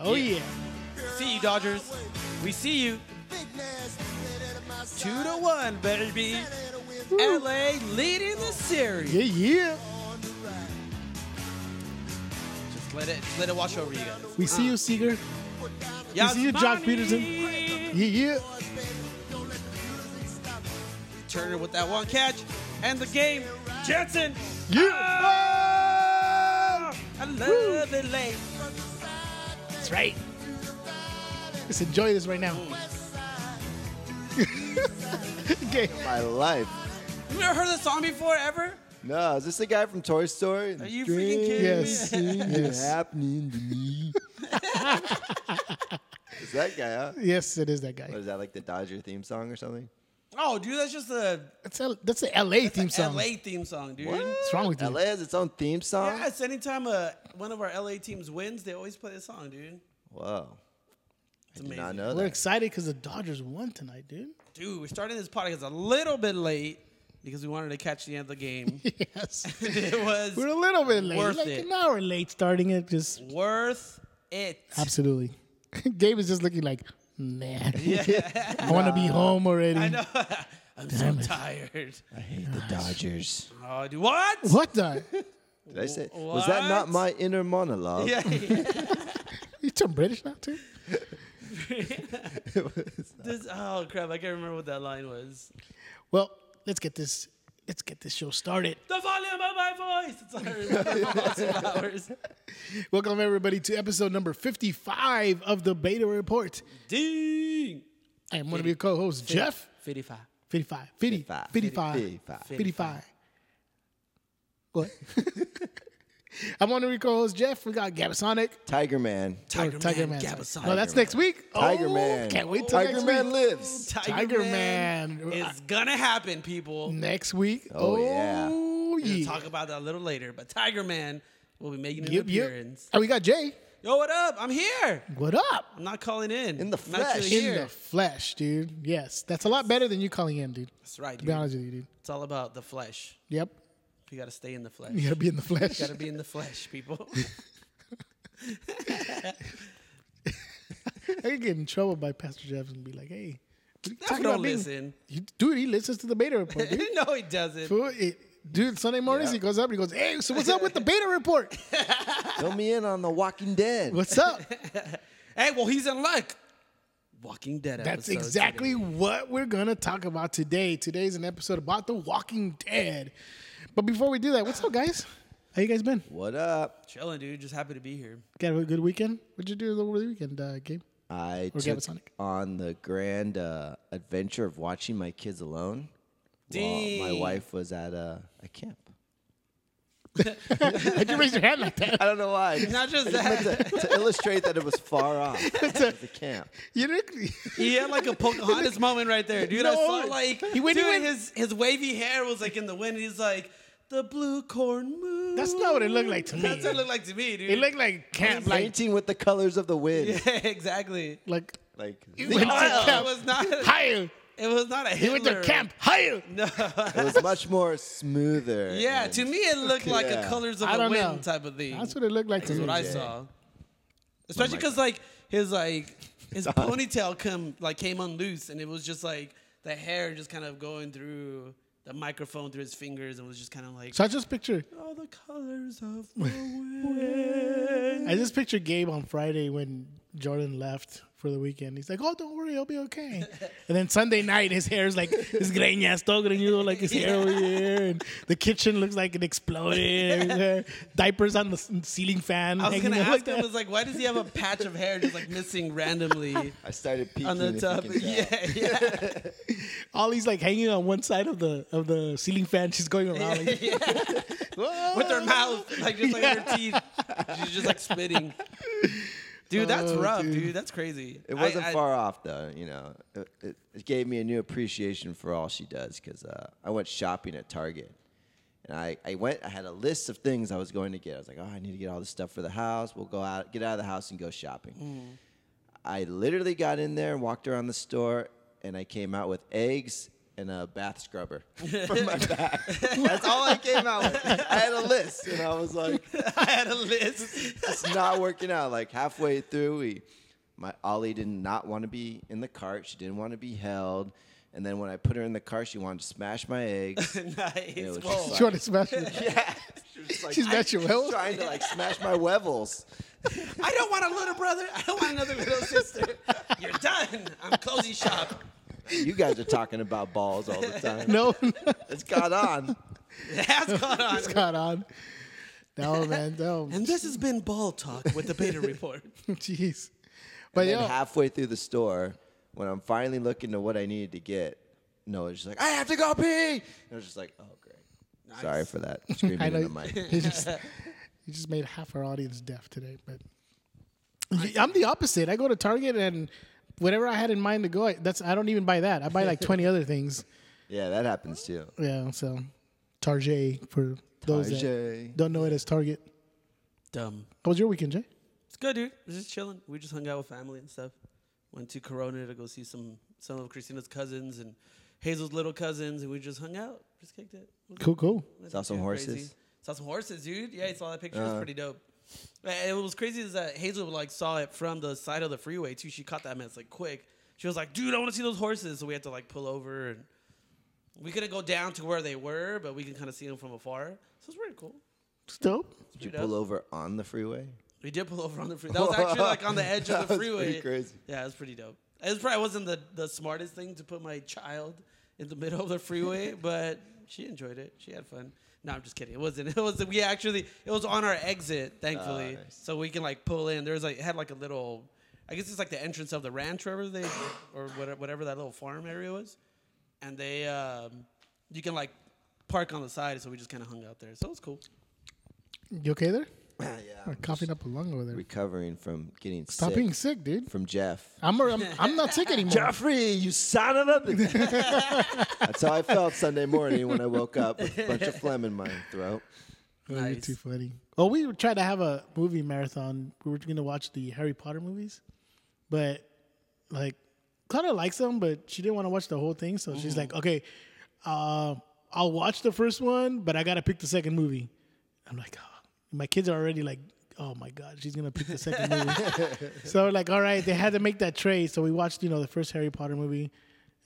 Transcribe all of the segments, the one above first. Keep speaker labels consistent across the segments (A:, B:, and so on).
A: Oh yeah.
B: See you, Dodgers. We see you. Two to one, baby. LA leading the series.
A: Yeah, yeah.
B: Just let it, let it wash over you guys.
A: We see you, Seeger.
B: Yeah,
A: see you, Jock Peterson. Yeah, yeah.
B: Turner with that one catch, and the game. Jensen.
A: Yeah.
B: Ah! I love it late.
A: That's right. Let's enjoy this right now. okay.
C: My life.
B: You never heard the song before ever?
C: No, is this the guy from Toy Story?
B: Are you freaking kidding
A: Yes.
B: me?
C: It's
A: yes.
C: happening to me. is that guy? Huh?
A: Yes, it is that guy.
C: What is that like the Dodger theme song or something?
B: Oh, dude, that's just a
A: That's a, that's the LA theme song.
B: LA theme song, dude.
A: What's wrong with you?
C: LA has its own theme song.
B: Yes, anytime uh, one of our LA teams wins, they always play this song, dude.
C: Whoa.
B: It's
C: Did
B: amazing.
C: not know
A: We're
C: that.
A: excited because the Dodgers won tonight, dude.
B: Dude, we're starting this podcast a little bit late because we wanted to catch the end of the game.
A: Yes.
B: it was
A: We're a little bit late.
B: Worth
A: like
B: it.
A: an hour late starting it. Just
B: worth it.
A: absolutely. Gabe is just looking like, man, I want to be home already.
B: I know. I'm so tired.
C: I hate the Dodgers.
B: Oh, dude, what?
A: What the?
C: Did I say? Was that not
B: What?
C: my inner monologue?
B: Yeah, yeah.
A: You turn British now too?
B: This- oh crap! I can't remember what that line was.
A: Well, let's get this. Let's get this show started.
B: The volume of my voice. It's all I remember from Austin Powers.
A: Welcome everybody to episode number fifty-five of the Beta Report.
B: Ding.
A: I am one of your co-hosts, Jeff.
B: Fifty-five.
A: Oh, 55. 50,
C: 55.
A: 55.
C: 55.
A: 55. What? I'm on the record host Jeff. We got Gabasonic.
C: Tiger Man.
B: Tiger,
A: or
B: Man.
A: sorry.
B: Gabasonic.
A: No, that's
C: Man.
A: next week.
C: Tiger
A: Oh,
C: Man.
A: Can't wait till
C: Tiger
A: next
C: Man
A: week.
C: lives.
A: Tiger Man.
B: It's gonna happen, people.
A: Next week.
C: Oh, yeah.
A: Oh,
B: We'll
A: yeah.
B: talk about that a little later. But Tiger Man will be making an
A: Yep, yep.
B: appearance.
A: And we got Jay.
B: Yo, what up? I'm here.
A: What up?
B: I'm not calling in.
C: In the
B: I'm actually
C: flesh.
A: In
B: here.
A: the flesh, dude. Yes. That's a lot better than you calling in, dude.
B: That's right,
A: To be
B: dude.
A: honest with you, dude.
B: It's all about the flesh.
A: Yep.
B: You gotta stay in the flesh.
A: You got to be in the flesh.
B: gotta be in the flesh, people.
A: I could get in trouble by Pastor Jeff and be like, hey, what are you
B: Jeff
A: talking
B: don't
A: about being-
B: listen.
A: You- dude, he listens to the beta report, dude.
B: no, he doesn't.
A: Fool, it- dude, Sunday mornings he goes up and he goes, Hey, so what's up with the beta report?
C: Fill me in on The Walking Dead.
A: What's up?
B: Hey, well, he's in luck. Walking Dead.
A: That's
B: episode
A: exactly
B: today.
A: what we're gonna talk about today. Today's an episode about The Walking Dead. But before we do that, what's up, guys? How you guys been?
C: What up?
B: Chilling, dude. Just happy to be here.
A: Got a good weekend? What'd you do over the weekend, uh, Gabe?
C: I
A: Or
C: took
A: Gabasonic.
C: on the grand uh, adventure of watching my kids alone. While my
B: Dang.
C: wife was at a, a camp.
A: How'd you raise your hand like that?
C: I don't know why.
B: Not just
C: I meant
B: that.
C: to, to illustrate that it was far off. It was a camp.
A: You didn't.
B: He had like a Pocahontas moment right there, dude.
A: No.
B: I saw like
A: He went- he
B: dude,
A: went-
B: his his wavy hair was like in the wind. He's like the blue corn moon.
A: That's not what it looked like to me.
B: That's what it looked like to me, dude.
A: It looked like camp, like
C: Painting with the colors of the wind.
B: yeah, exactly.
A: like
C: Like
A: You
C: the
A: went to
C: aisle.
B: It
A: camp.
B: was not.
A: higher.
B: It was not a
A: He
B: Hitler.
A: went to camp higher.
B: No.
C: it was much more smoother.
B: yeah,
C: and-
B: to me it looked like a
C: Yeah.
B: colors of
A: I
B: the
A: don't know.
B: wind type of thing.
A: That's what it looked like to
B: That's
A: me.
B: what I
C: Yeah.
B: saw. Especially
C: my
B: because like his like his ponytail come like came unloose and it was just like the hair just kind of going through the microphone through his fingers and was just kind of like
A: So I just picture
B: all the colors of the wind.
A: I just picture Gabe on Friday when Jordan left for the weekend. He's like, "Oh, don't worry, I'll be okay." and then Sunday night, his hair is like his greñas todo you know, like his hair over here, and the kitchen looks like it exploded. everywhere. Diapers on the s- ceiling fan.
B: I was
A: hanging
B: gonna
A: out like
B: ask him, I
A: that.
B: was like, why does he have a patch of hair just like missing randomly
C: I started peeking
B: on the top? Yeah, yeah.
A: All he's like hanging on one side of the of the ceiling fan. She's going around. Like,
B: with her mouth, like just like her teeth. She's just like spitting. Dude, that's rough, dude. That's crazy.
C: It
B: I-
C: wasn't
B: I-
C: far off though, you know. It, it, it gave me a new appreciation for all she does because uh, I went shopping at Target, and I, I went. I had a list of things I was going to get. I was like, oh, I need to get all this stuff for the house. We'll go out, get out of the house, and go shopping.
B: Mm.
C: I literally got in there and walked around the store, and I came out with eggs and a bath scrubber for my back. That's all I came out with. I had a list, and I was like,
B: I had a list.
C: it's not working out. Like halfway through, we, my Ollie did not want to be in the cart. She didn't want to be held. And then when I put her in the cart, she wanted to smash my eggs. It
B: nice.
C: was
B: Whoa.
C: just
A: She wanted to smash me.
C: yeah, she was like,
A: She's
C: "I'm
A: got your will?"
C: Trying to like smash my wevels.
B: I don't want a little brother. I don't want another little sister. You're done. I'm closing shop.
C: You guys are talking about balls all the time.
A: No,
C: It's got on.
B: It has gone on.
A: it's got on. No, man, no.
B: And this has been Ball Talk with the Beta Report.
A: Jeez. But
C: And
A: yo,
C: then halfway through the store, when I'm finally looking to what I needed to get, Noah's just like, I have to go pee. And I was just like, oh, great. Sorry for that. Screaming
A: I know
C: in the mic.
A: you just you just made half our audience deaf today. But I'm the opposite. I go to Target and whatever I had in mind to go, I, that's I don't even buy that. I buy like 20 other things.
C: Yeah, that happens too.
A: Yeah, so Target for those that
C: Target.
A: don't know it as Target.
B: Dumb.
A: How was your weekend, Jay?
B: It's good, dude. We're just chilling. We just hung out with family and stuff. Went to Corona to go see some some of Christina's cousins and Hazel's little cousins, and we just hung out. Just kicked it. It was
A: Cool, cool.
C: Saw
B: Nothing
C: some
B: too
C: horses. Uh.
B: Saw some horses, dude. Yeah, I saw that picture. it was pretty dope. And what was crazy is that Hazel like saw it from the side of the freeway too. She caught that mess like quick. She was like, "Dude, I want to see those horses." So we had to like pull over and we couldn't go down to where they were, but we can kind of see them from afar. So it's pretty cool.
A: It's dope.
C: Did you pull over on the freeway?
B: We did pull over on the freeway. That was actually like on the edge
C: That
B: of the
C: was pretty
B: freeway.
C: crazy.
B: Yeah, it was pretty dope. It was probably wasn't the, the smartest thing to put my child in the middle of the freeway, but she enjoyed it. She had fun. No, I'm just kidding. It wasn't. It was we actually it was on our exit, thankfully.
C: Ah, nice.
B: So we can like pull in. There was like it had like a little I guess it's like the entrance of the ranch wherever they or whatever, whatever that little farm area was. And they um you can like park on the side, so we just kinda hung out there. So it was cool.
A: You okay there?
C: yeah.
A: I'm
C: I'm
A: coughing up a lung over there.
C: recovering from getting
A: Stop being
C: sick
A: sick, dude.
C: from Jeff.
A: I'm, I'm I'm not sick anymore.
C: Jeffrey, you son of a. That's how I felt Sunday morning when I woke up with a bunch of phlegm in my throat.
A: Oh, you're
B: Nice.
A: too funny. Well, we tried to have a movie marathon. We were going to watch the Harry Potter movies, but like, Clara likes them, but she didn't want to watch the whole thing. So she's
B: Mm.
A: like, okay, uh, I'll watch the first one, but I got to pick the second movie. I'm like, oh. my kids are already like, oh my God, she's going to pick the second movie. so we're like, all right, they had to make that trade. So we watched, you know, the first Harry Potter movie,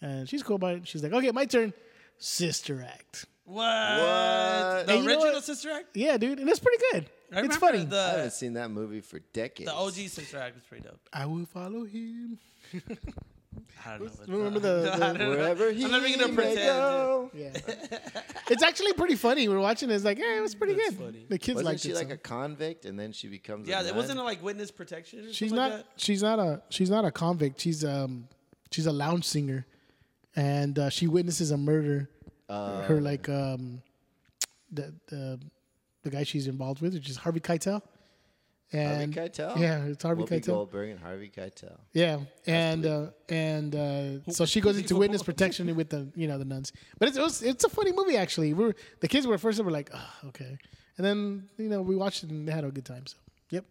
A: and she's cool about it. She's like, okay, my turn. Sister act.
B: What?
A: Hey,
B: The
A: you know
B: original
A: what?
B: Sister Act?
A: Yeah, dude, and it's pretty good.
B: I
A: it's
B: remember
A: funny.
C: I haven't
B: The,
C: seen that movie for decades.
B: Uh, the OG Sister Act was pretty dope.
A: I will follow him.
B: I don't know. What
A: Remember
B: I
A: the,
B: don't know.
C: Wherever he
B: I'm not even gonna
C: may
B: pretend.
C: go.
A: the yeah. it's actually pretty funny. We're watching. it, It's like, hey, it was pretty
B: That's
A: good.
B: funny.
A: The kids
C: Wasn't
A: liked
C: she
A: it.
C: like
A: so.
C: a convict and then she becomes?
B: Yeah,
C: a
B: there
C: nun?
B: wasn't a, like witness protection. Or
A: she's
B: something
A: not.
B: Like
A: she's not a. She's not a convict. She's um. She's a lounge singer, and uh, she witnesses a murder.
C: Uh.
A: Her like um, the the the guy she's involved with, which is Harvey Keitel. And
C: Keitel?
A: Yeah, it's Harvey
C: Whoopi
A: Keitel.
C: Goldberg and Harvey Keitel.
A: Yeah, and uh, and uh, so she goes into witness protection with the you know the nuns. But it's, it was it's a funny movie actually. We were, the kids were at first they were like oh, okay, and then you know we watched it and had a good time. So yep,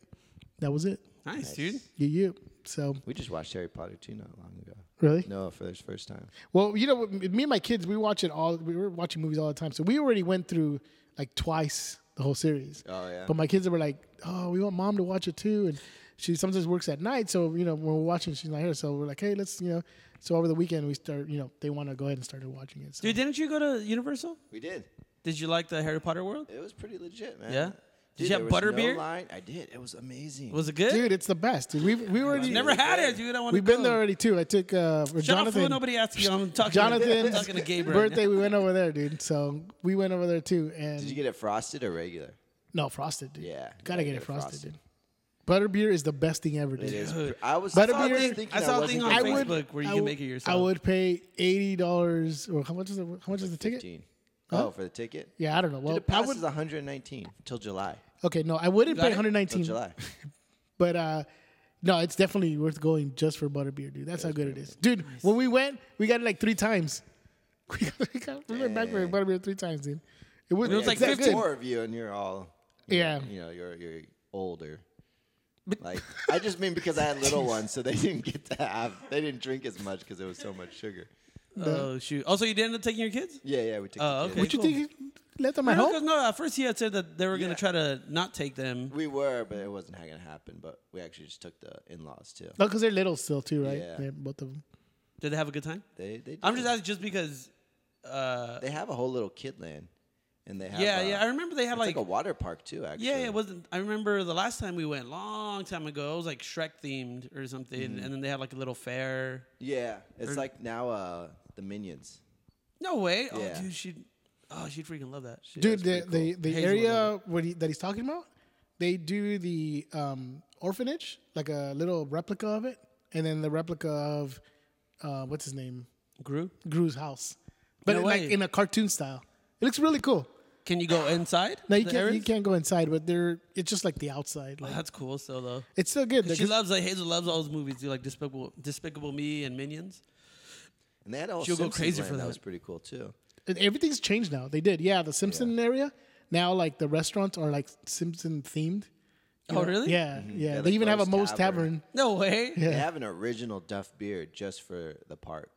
A: that was it.
B: that. Nice, dude.
A: You you so
C: We just watched Harry Potter too not long ago.
A: really
C: No, for the first time.
A: well you know me and my kids we watch it all we were watching movies all the time. So we already went through like twice the whole series.
C: Oh, yeah.
A: But my kids were like oh we want mom to watch it too and. She sometimes works at night, so you know when we're watching, she's not here. So we're like, hey, let's you know. So over the weekend, we start, you know, they want to go ahead and start watching it. So.
B: Dude, didn't you go to Universal?
C: We did.
B: Did you like the Harry Potter world?
C: It was pretty legit, man.
B: Yeah?
C: Dude,
B: Did you
C: there was
B: have
C: no
B: butterbeer?
C: line. I did. It was amazing.
B: Was it good?
A: dude, it's the best. Dude, we've we already
B: I've never had it, dude. I want to.
A: We've been there already too. I took uh, for
B: Shut up, fool.
A: Jonathan.
B: Nobody asked you. I'm talking. I'm
A: Jonathan's
B: talking to Gabriel.
A: birthday. We went over there, dude. So we went over there too, and
C: Did you get it frosted or regular?
A: no frosted, dude.
C: Yeah,
A: gotta
C: yeah,
A: get
C: get
A: it
C: it
A: frosted,
C: frosted.
A: dude. Butterbeer is the best thing ever,
C: It
A: dude.
C: is.
B: Dude.
C: pr- I was.
A: Butterbeer-
C: I, was
A: I
C: thinking
B: I saw a thing
C: wasn't
B: on
C: gonna
A: I
C: make
B: Facebook
A: would,
B: where you
A: I
B: can
A: would-
B: make it yourself.
A: I would pay eighty dollars or how much is the how much is the ticket?
C: 15. Oh, for the ticket.
A: Yeah, I don't know. Well,
C: the
A: I
C: pass
A: would.
C: is 119 till July.
A: Okay, no, I wouldn't
B: got
A: pay
B: it?
A: one hundred
C: Till
A: nineteen.
C: July.
A: But uh no, it's definitely worth going just for butterbeer, dude. That's how good it is. Dude, when we went, we got it like three times. we, got, we went back for
C: Dang.
A: butterbeer three times, dude. It was,
B: It was like
A: that
C: Except
A: good.
C: four of you, and you're all. you know,
A: Yeah.
C: You know, you're you're older. Like I just mean because I had little ones, so they didn't get to have. They didn't drink as much because there was so much sugar.
B: Oh shoot! Also, you did end up taking your kids.
C: Yeah, yeah, we took.
B: Oh,
C: the
B: okay.
C: kids.
A: Would you think he let them at
B: No,
A: home?
B: 'cause no, at first he had said that they were
C: Yeah.
B: gonna try to not take them.
C: We were, but it wasn't gonna happen. But we actually just took the in-laws too.
A: No, because Oh, they're little still too, right?
C: Yeah.
A: They're both of them.
B: Did they have a good time?
C: They, they.
B: I'm
C: did.
B: just asking, just because. Uh,
C: They have a whole little kid land, and they have.
B: yeah,
C: uh,
B: yeah, I remember they had
C: it's
B: like,
C: like a water park too. Actually.
B: yeah, it wasn't. I remember the last time we went, long time ago, it was like Shrek themed or something,
C: Mm-hmm.
B: and then they had like a little fair.
C: Yeah, it's
B: Or-
C: like now uh, the minions.
B: No way!
C: Yeah.
B: Oh, dude, she, would oh, she'd freaking love that.
C: Shit,
A: Dude, the,
C: that's pretty
A: the, the
B: Hazel
A: area what he, that he's talking about, they do the um, orphanage, like a little replica of it, and then the replica of uh, what's his name,
B: Gru,
A: Gru's house, but
B: No
A: in, like
B: way.
A: in a cartoon style. It looks really cool.
B: can you go inside?
A: Now you
B: the
A: can't you
B: areas?
A: can't go inside, but they're it's just like the outside.
B: Oh,
A: Like
B: that's cool, still though.
A: it's still good.
B: She
A: because-
B: loves like Hazel loves all those movies, dude, like Despicable, Despicable Me and Minions.
C: And they had a whole
B: She'll go
C: Simpsons
B: crazy
C: land
B: for
C: that.
B: that.
C: was pretty cool too.
A: And Everything's changed now. They did, yeah. The Simpson area now, like the restaurants are like Simpson themed. You
B: Oh,
A: know?
B: really?
A: Yeah, yeah.
C: Yeah,
A: They
C: like
A: even have a
C: Moe's
A: Moe's Tavern.
C: Tavern.
B: No way.
A: Yeah.
C: They have an original Duff beer just for the park,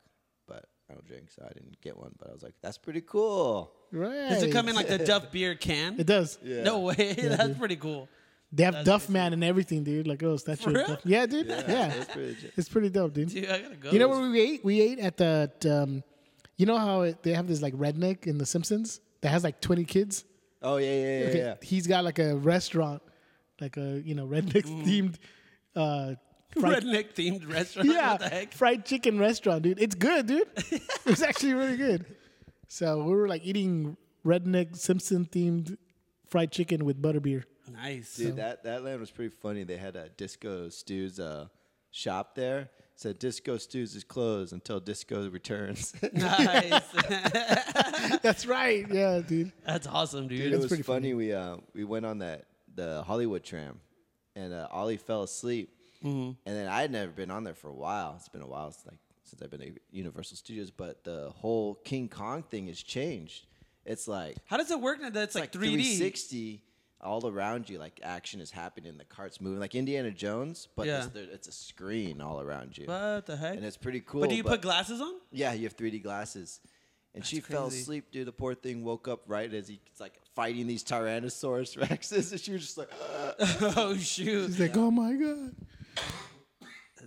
C: but I don't drink, so I didn't get one. But I was like, that's pretty cool.
A: Right.
B: Does it come in like the Duff beer can?
A: It does.
C: Yeah.
B: No way. That's pretty cool.
A: They have Duff Man and everything, dude. Like, oh, statue.
B: For
A: of
B: real?
A: Duff. Yeah, dude. Yeah.
C: It's pretty. legit.
A: It's pretty dope, dude.
B: Dude, I gotta go.
A: You know where we ate? We ate at the, um, you know how it, they have this like redneck in The Simpsons that has like 20 kids?
C: Oh yeah, yeah, yeah,
A: Okay,
C: yeah.
A: He's got like a restaurant, like a, you know, redneck themed, uh, fried,
B: redneck themed restaurant.
A: yeah,
B: What the heck?
A: fried chicken restaurant, dude. It's good, dude. it's actually really good. So we were like eating redneck Simpson themed fried chicken with butterbeer.
B: Nice.
C: Dude, that, that land was pretty funny. They had a Disco Stews uh, shop there. It said Disco Stews is closed until Disco returns. it
B: Nice.
A: That's right. Yeah, dude.
B: That's awesome, dude.
C: was
A: pretty
C: funny.
A: funny.
C: We uh, we went on that the Hollywood tram, and uh, Ollie fell asleep.
B: Mm-hmm.
C: And then I had never been on there for a while. It's been a while since, like since I've been at Universal Studios, but the whole King Kong thing has changed. It's like
B: How does it work now that it's like, 3D?
C: 360 all around you like action is happening the cart's moving like indiana jones but
B: Yeah.
C: it's, there, it's a screen all around you
B: What the heck?
C: and it's pretty cool
B: but do you put glasses on?
C: yeah you have 3d glasses and she fell
B: crazy.
C: asleep dude the poor thing woke up right as he's like fighting these tyrannosaurus rexes and she was just like
B: oh shoot.
A: He's like, oh my god.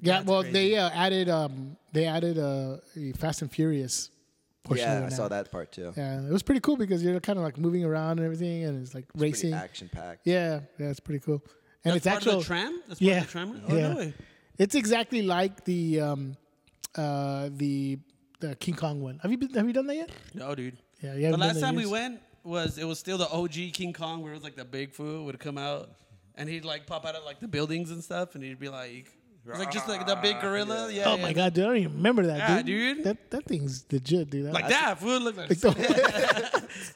A: Yeah,
B: That's
A: well,
B: crazy.
A: they uh, added um, they added uh, a Fast and Furious portion.
C: yeah
A: of it
C: i
A: now.
C: saw that part too
A: Yeah, it was pretty cool because you're kind of like moving around and everything, and it's like
C: pretty
A: racing.
C: action packed
A: Yeah, yeah, it's pretty cool. And
B: That's
A: it's
B: part
A: actual
B: of the tram? That's
A: Yeah,
B: part of the tram? Oh
A: yeah.
B: no way.
A: It's exactly like the um, uh, the the King Kong one. Have you been, have you done that yet?
B: No, dude.
A: Yeah, you
B: The
A: haven't done
B: last
A: that
B: time we
A: years.
B: went was it was still the OG King Kong where it was like the Bigfoot would come out and he'd like pop out of like the buildings and stuff and he'd be like it was, like just like the big gorilla. Yeah.
A: Oh
B: yeah.
A: my god, dude, I don't even remember that,
B: Yeah,
A: dude.
B: dude.
A: That that thing's legit, dude.
B: Like
A: I-
B: that. Food looked like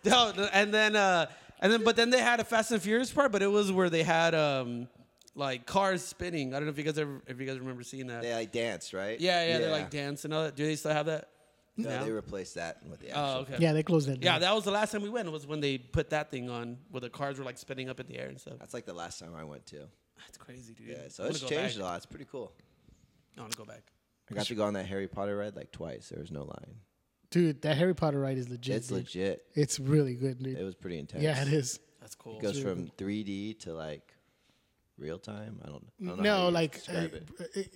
B: No, no, and then uh and then but then they had a Fast and Furious part, but it was where they had um like cars spinning. I don't know if you guys ever if you guys remember seeing that.
C: they like dance right
B: Yeah, yeah, they like dance and all that. Do they still have that?
C: no,
B: now?
C: they replaced that with the action
B: Oh, okay.
A: yeah, they closed that.
B: Yeah,
A: down.
B: that was the last time we went. Was when they put that thing on, where the cars were like spinning up in the air and stuff.
C: that's like the last time i went to
B: That's crazy, dude.
C: yeah so
B: I wanna
C: it's
B: go
C: changed a
B: back.
C: lot it's pretty cool
B: I want to go back.
C: I got to go on that Harry Potter ride like twice. There was no line.
A: dude, that Harry Potter ride is legit.
C: It's
A: dude.
C: legit.
A: It's really good, dude.
C: It was pretty intense.
A: yeah, it is.
B: That's cool.
C: It goes from 3D to like real time. I don't, I don't know. how
A: no,
C: you
A: like uh,
C: describe it.
A: it,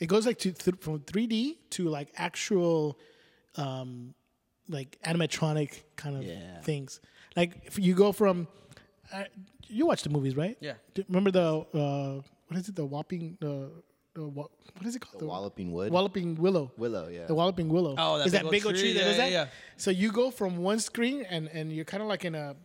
A: it goes like to th- from 3D to like actual, um, like animatronic kind of
C: Yeah.
A: things. Like if you go from, uh, you watch the movies, right?
B: Yeah.
A: Do- Remember the uh, what is it? The whopping the, the wha- what is it called?
C: The Walloping Wood.
A: Walloping willow.
C: Willow, yeah.
A: The walloping willow.
B: Oh, that
A: is
B: big
A: that
B: old
A: big old
B: tree?
A: tree? that
B: Yeah,
A: is that?
B: yeah, yeah.
A: So you go from one screen and and you're kind of like in a,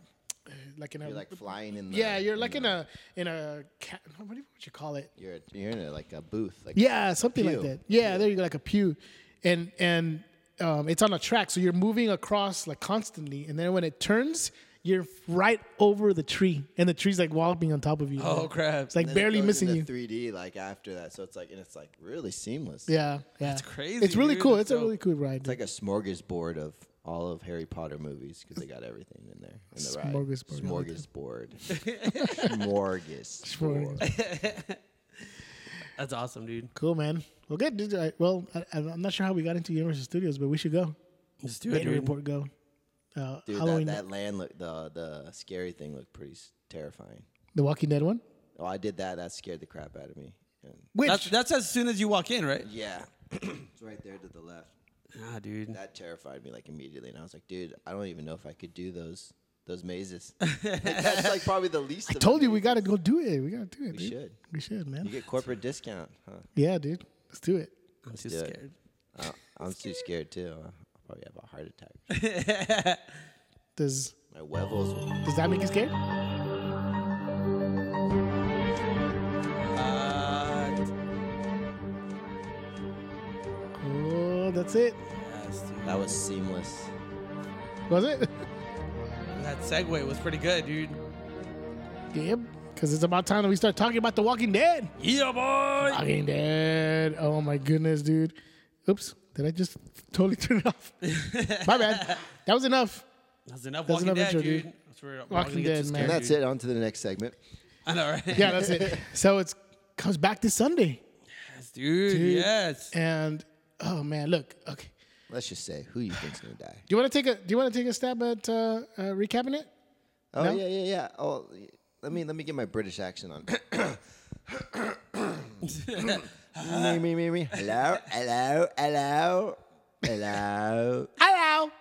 A: like in a
C: you're like flying in the.
A: yeah, you're like in a in a ca- what do you, what you call it?
C: You're, you're in a, like a booth. Like,
A: Yeah, something like
C: pew.
A: that. Yeah, there you go, like a pew, and and um, it's on a track, so you're moving across like constantly, and then when it turns, you're right over the tree, and the tree's like walloping on top of you.
B: Oh crap!
A: It's like
C: and then it
A: barely
C: goes
A: missing you.
C: into 3D like after that. So it's like, and it's like really seamless.
A: Yeah, yeah,
B: That's crazy,
A: It's really
B: dude.
A: cool.
B: That's
A: It's a
B: dope.
A: really cool ride.
C: It's like a smorgasbord of all of Harry Potter movies because they got everything in there. In the ride.
A: Smorgasbord, I like
C: Smorgasbord. Smorgasbord.
B: That's awesome, dude.
A: Cool, man. Well, good. Dude, I, well, I, I'm not sure how we got into Universal Studios, but we should go.
B: Let's do it,
A: Beta
B: dude.
A: report go. Uh,
C: Dude,
A: Halloween,
C: that, that land looked the the scary thing looked pretty s- terrifying.
A: the Walking Dead one.
C: Oh, I did that. That scared the crap out of me. And
A: Which
B: That's, that's as soon as you walk in, right?
C: yeah, it's right there to the left.
B: Nah, dude.
C: That terrified me like immediately, and I was like, dude, I don't even know if I could do those those mazes. Like, that's like probably the least. I
A: told you we gotta go do it. We gotta do it.
C: We
A: dude.
C: should.
A: We should, man.
C: You get corporate discount, huh?
A: Yeah, dude. Let's do it.
B: I'm too
C: do it.
B: scared.
C: Uh, I'm too scared too. I'll probably have a heart attack.
A: Does
C: My wevels. will-
A: does that make you scared?
B: Uh,
A: Oh, that's it.
B: yes, dude.
C: That was seamless.
A: Was it?
B: That segue was pretty good, dude.
A: yep. Because it's about time that we start talking about The Walking Dead.
B: Yeah, boy.
A: Walking Dead. Oh my goodness, dude. Oops. Did I just totally turn it off? my bad. That was enough.
B: That's enough
A: That's
B: Walking
A: enough
B: Dead,
A: intro,
B: dude.
A: dude.
B: That's where we're
A: Walking
B: gonna get
A: Dead, man.
B: too scared,
C: And that's
B: dude.
C: it. On to the next segment.
B: I know, right?
A: Yeah, that's it. So it's comes back this Sunday,
B: Yes, dude,
A: Dude.
B: Yes.
A: and oh man, look. Okay.
C: Let's just say who you think's gonna die.
A: Do you want to take a Do you want to take a stab at uh, uh, recapping it?
C: Oh
A: No?
C: yeah, yeah, yeah. Oh, y- let me let me get my British accent on. me, me, me, me. Hello, hello, hello, hello.
A: Hello.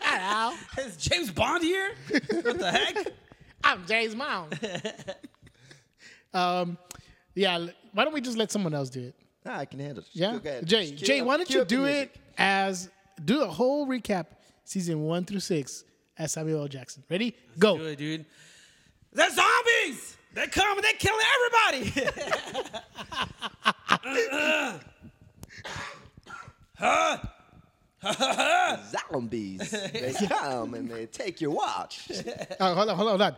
A: Hello.
B: Is James Bond here? what the heck?
A: I'm Jay's mom. um, yeah. l- Why don't we just let someone else do it?
C: Ah, I can handle it. Just
A: Yeah.
C: go ahead.
A: Jay,
C: Just cue
A: Jay,
C: up-
A: why don't
C: cue
A: you
C: up the
A: do
C: music.
A: it as do a whole recap season one through six as Samuel L. Jackson? Ready?
B: Do
A: Go.
B: it, dude. They're zombies. They come and they're killing everybody.
C: Zombies, they come and they take your watch.
A: Uh, hold on, hold on, hold on.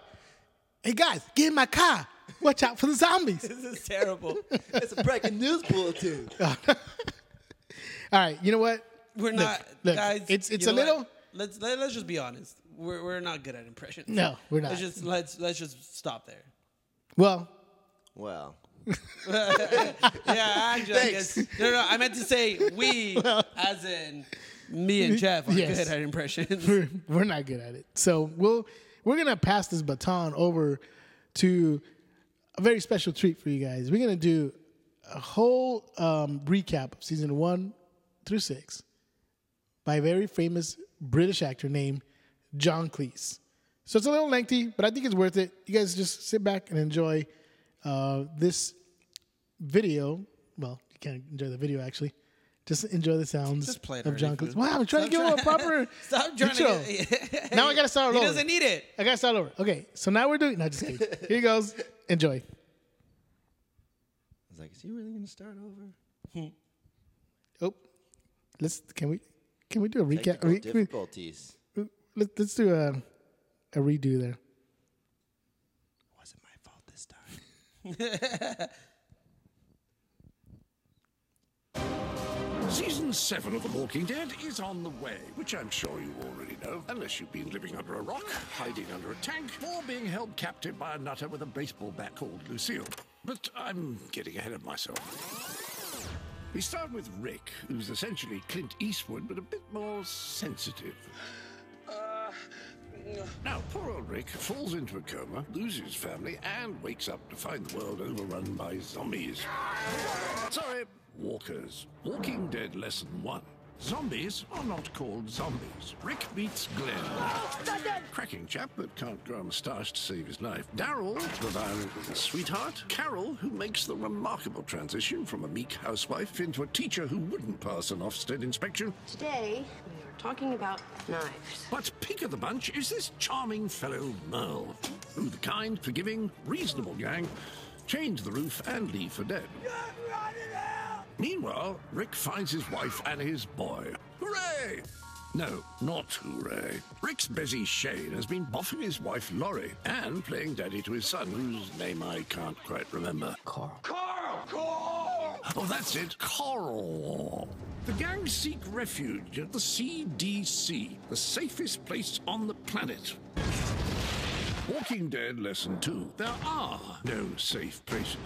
A: Hey guys, get in my car. Watch out for the zombies.
B: this is terrible.
C: It's a breaking news bulletin.
A: All right, you know what?
B: We're
A: Look,
B: not
A: look,
B: guys.
A: it's- it's
B: you
A: a
B: know what?
A: little-
B: Let's let, let's just be honest. We're we're not good at impressions.
A: No, we're not.
B: Let's just let's let's just stop there.
A: Well,
C: Well,
B: Yeah, actually, I guess, no, no. I meant to say we, as in me and Jeff, are
A: Yes.
B: good at impressions.
A: we're, we're not good at it. So we'll we're gonna pass this baton over to a very special treat for you guys. We're gonna do a whole um, recap of season one through six by a very famous British actor named John Cleese. So it's a little lengthy, but I think it's worth it. You guys just sit back and enjoy uh, this video. Well, you can't enjoy the video actually. Just enjoy the sounds
B: Just play it
A: of John
B: already,
A: Cleese.
B: fool.
A: Wow, I'm trying to give him a proper
B: Stop trying
A: intro.
B: to. Get,
A: Now I gotta start
B: He
A: over.
B: doesn't need it.
A: I gotta start over. Okay, so now we're doing. No, just kidding. Here he goes. Enjoy.
C: I was like, is he really gonna start over?
A: Oh, let's. Can we? Can we do a recap?
C: Technical
A: Re, can
C: difficulties.
A: we, let, let's do a a redo there.
C: Wasn't my fault this time.
D: Season 7 of The Walking Dead is on the way, which I'm sure you already know, unless you've been living under a rock, hiding under a tank, or being held captive by a nutter with a baseball bat called Lucille. But I'm getting ahead of myself. We start with Rick, who's essentially Clint Eastwood, but a bit more sensitive. Now, poor old Rick falls into a coma, loses family, and wakes up to find the world overrun by zombies. Sorry, walkers. Walking Dead Lesson 1. Zombies are not called zombies. Rick meets Glenn. Cracking chap that can't grow a moustache to save his life. Daryl, the violent little sweetheart. Carol, who makes the remarkable transition from a meek housewife into a teacher who wouldn't pass an Ofsted inspection.
E: Today, we are talking about knives.
D: But pick of the bunch is this charming fellow Merle, who the kind, forgiving, reasonable gang chain to the roof and leave for dead. Meanwhile, Rick finds his wife and his boy. Hooray! No, not hooray. Rick's busy Shane has been boffing his wife Laurie and playing daddy to his son, whose name I can't quite remember. Oh, that's it. Coral. The gang seek refuge at the CDC, the safest place on the planet. Walking Dead Lesson 2. There are no safe places.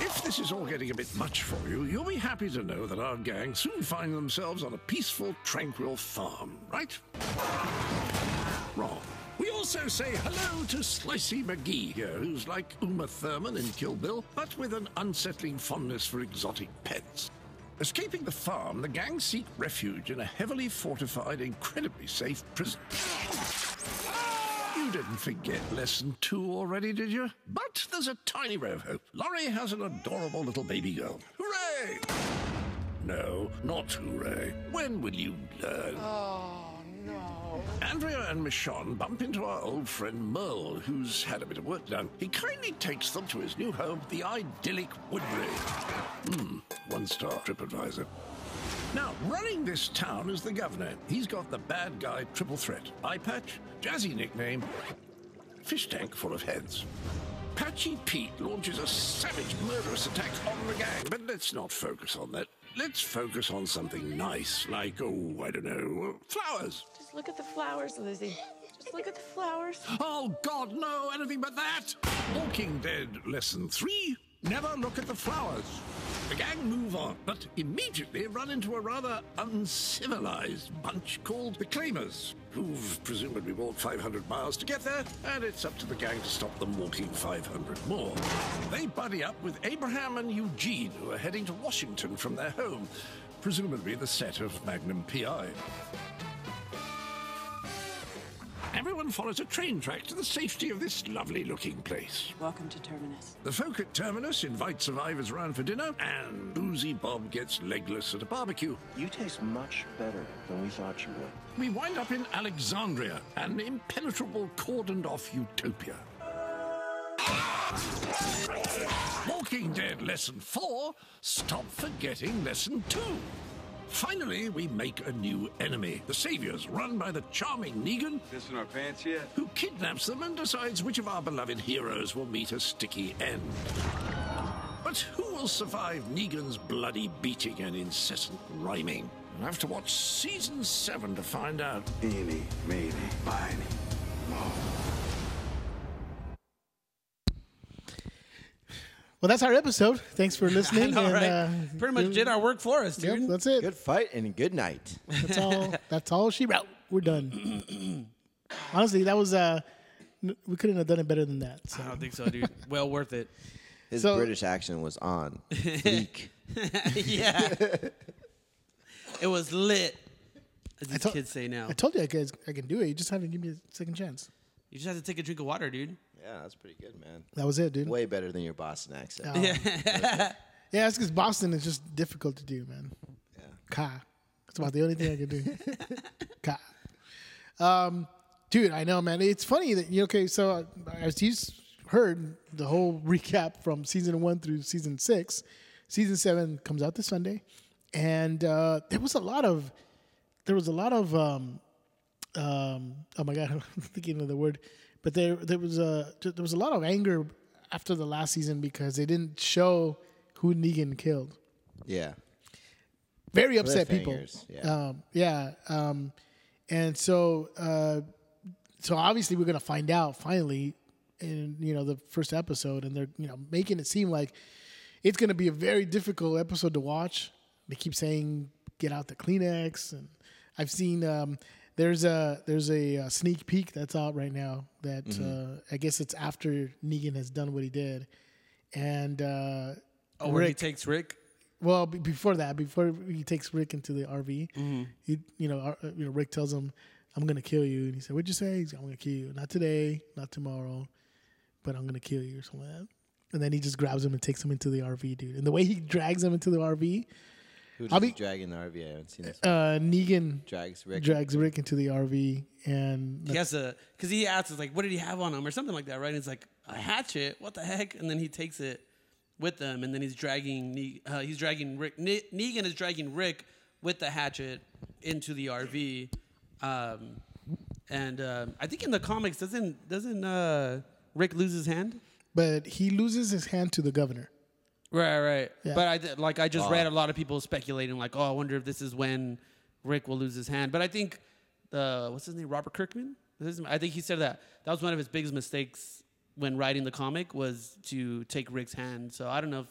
D: If this is all getting a bit much for you, you'll be happy to know that our gang soon find themselves on a peaceful, tranquil farm, right? Wrong. We also say hello to Slicey McGee here, who's like Uma Thurman in Kill Bill, but with an unsettling fondness for exotic pets. Escaping the farm, the gang seek refuge in a heavily fortified, incredibly safe prison. You didn't forget lesson two already, did you? But there's a tiny ray of hope. Laurie has an adorable little baby girl. Hooray! No, not hooray. When will you learn? Andrea and Michonne bump into our old friend Merle, who's had a bit of work done. He kindly takes them to his new home, the idyllic Woodbury. Hmm, one star TripAdvisor. Now, running this town is the governor. He's got the bad guy triple threat eye patch, jazzy nickname, fish tank full of heads. Patchy Pete launches a savage, murderous attack on the gang. But let's not focus on that. Let's focus on something nice, like, oh, I don't know, flowers.
E: Just look at the flowers, Lizzie. Just look at the flowers.
D: Oh, God, no, anything but that! Walking Dead Lesson 3 Never look at the flowers. The gang move on, but immediately run into a rather uncivilized bunch called the Claimers, who've presumably walked 500 miles to get there, and it's up to the gang to stop them walking 500 more. They buddy up with Abraham and Eugene, who are heading to Washington from their home, presumably the set of Magnum PI. Everyone follows a train track to the safety of this lovely looking place.
F: Welcome to Terminus.
D: The folk at Terminus invite survivors round for dinner, and Boozy Bob gets legless at a barbecue.
G: You taste much better than we thought you would.
D: We wind up in Alexandria, an impenetrable cordoned off utopia. Walking Dead Lesson 4 Stop Forgetting Lesson 2. Finally, we make a new enemy. The Saviors, run by the charming Negan,
H: Pissing our pants yet?
D: who kidnaps them and decides which of our beloved heroes will meet a sticky end. But who will survive Negan's bloody beating and incessant rhyming? We'll have to watch season seven to find out.
G: Eeny, meeny, miny.
A: Well, that's our episode. Thanks for
B: I
A: listening.
B: know,
A: and,
B: right?
A: uh,
B: Pretty much did our work for us,
A: yep,
B: dude.
A: that's it.
C: Good fight and good night.
A: That's all. That's all she wrote. We're done. Honestly, that was uh, n- we couldn't have done it better than that. So.
B: I don't think so, dude. well worth it.
C: His
A: So-
C: British accent was on. Leak.
B: Yeah. it was lit. As these
A: told-
B: kids say now.
A: I told you I could, I can do it. You just have to give me a second chance.
B: you just have to take a drink of water, dude.
C: yeah, that's pretty good, man.
A: That was it, dude.
C: Way better than your Boston accent.
A: Um, yeah, that's because Boston is just difficult to do, man. Ka. That's about the only thing I can do. Ka. Um, dude, I know, man. It's funny that, you know, okay, so uh, as you s- heard, the whole recap from season one through season six, season seven comes out this Sunday. And uh, there was a lot of, there was a lot of, um, um, oh my god, I'm thinking of the word, but there there was a there was a lot of anger after the last season because they didn't show who Negan killed.
C: Yeah.
A: Very upset people.
C: Cliffhangers, yeah.
A: Um, yeah. Um, and so uh, so obviously we're gonna find out finally in you know the first episode, and they're you know making it seem like it's gonna be a very difficult episode to watch. They keep saying get out the Kleenex, and I've seen um, there's a there's a uh, sneak peek that's out right now that
C: Mm-hmm.
A: uh, I guess it's after Negan has done what he did, and uh,
B: Oh, where he takes Rick.
A: well, b- before that, before he takes Rick into the RV, he, you know, Ar- you know, Rick tells him, "I'm gonna kill you," and he said, "What'd you say?" He's, "I'm gonna kill you. Not today, not tomorrow, but I'm gonna kill you or something like that." And then he just grabs him and takes him into the RV, dude. And the way he drags him into the RV,
C: Who
A: I'll
C: did you
A: be-
C: drag in the RV? I haven't seen this.
A: uh, Negan
C: Drags Rick.
A: drags Rick into the RV, and
B: He has to, because he asks, it's like, what did he have on him or something like that, right? And it's like, a hatchet? What the heck? And then he takes it with them, and then he's dragging, ne- uh, he's dragging Rick. Ne- Negan is dragging Rick with the hatchet into the RV. Um, and um, I think in the comics, doesn't doesn't uh, Rick lose his hand?
A: but he loses his hand to the governor.
B: Right, right.
A: Yeah.
B: But I th- like I just read a lot of people speculating, like, oh, I wonder if this is when Rick will lose his hand. But I think uh, what's his name, Robert Kirkman. This is- I think he said that that was one of his biggest mistakes when writing the comic was to take Rick's hand. So I don't know if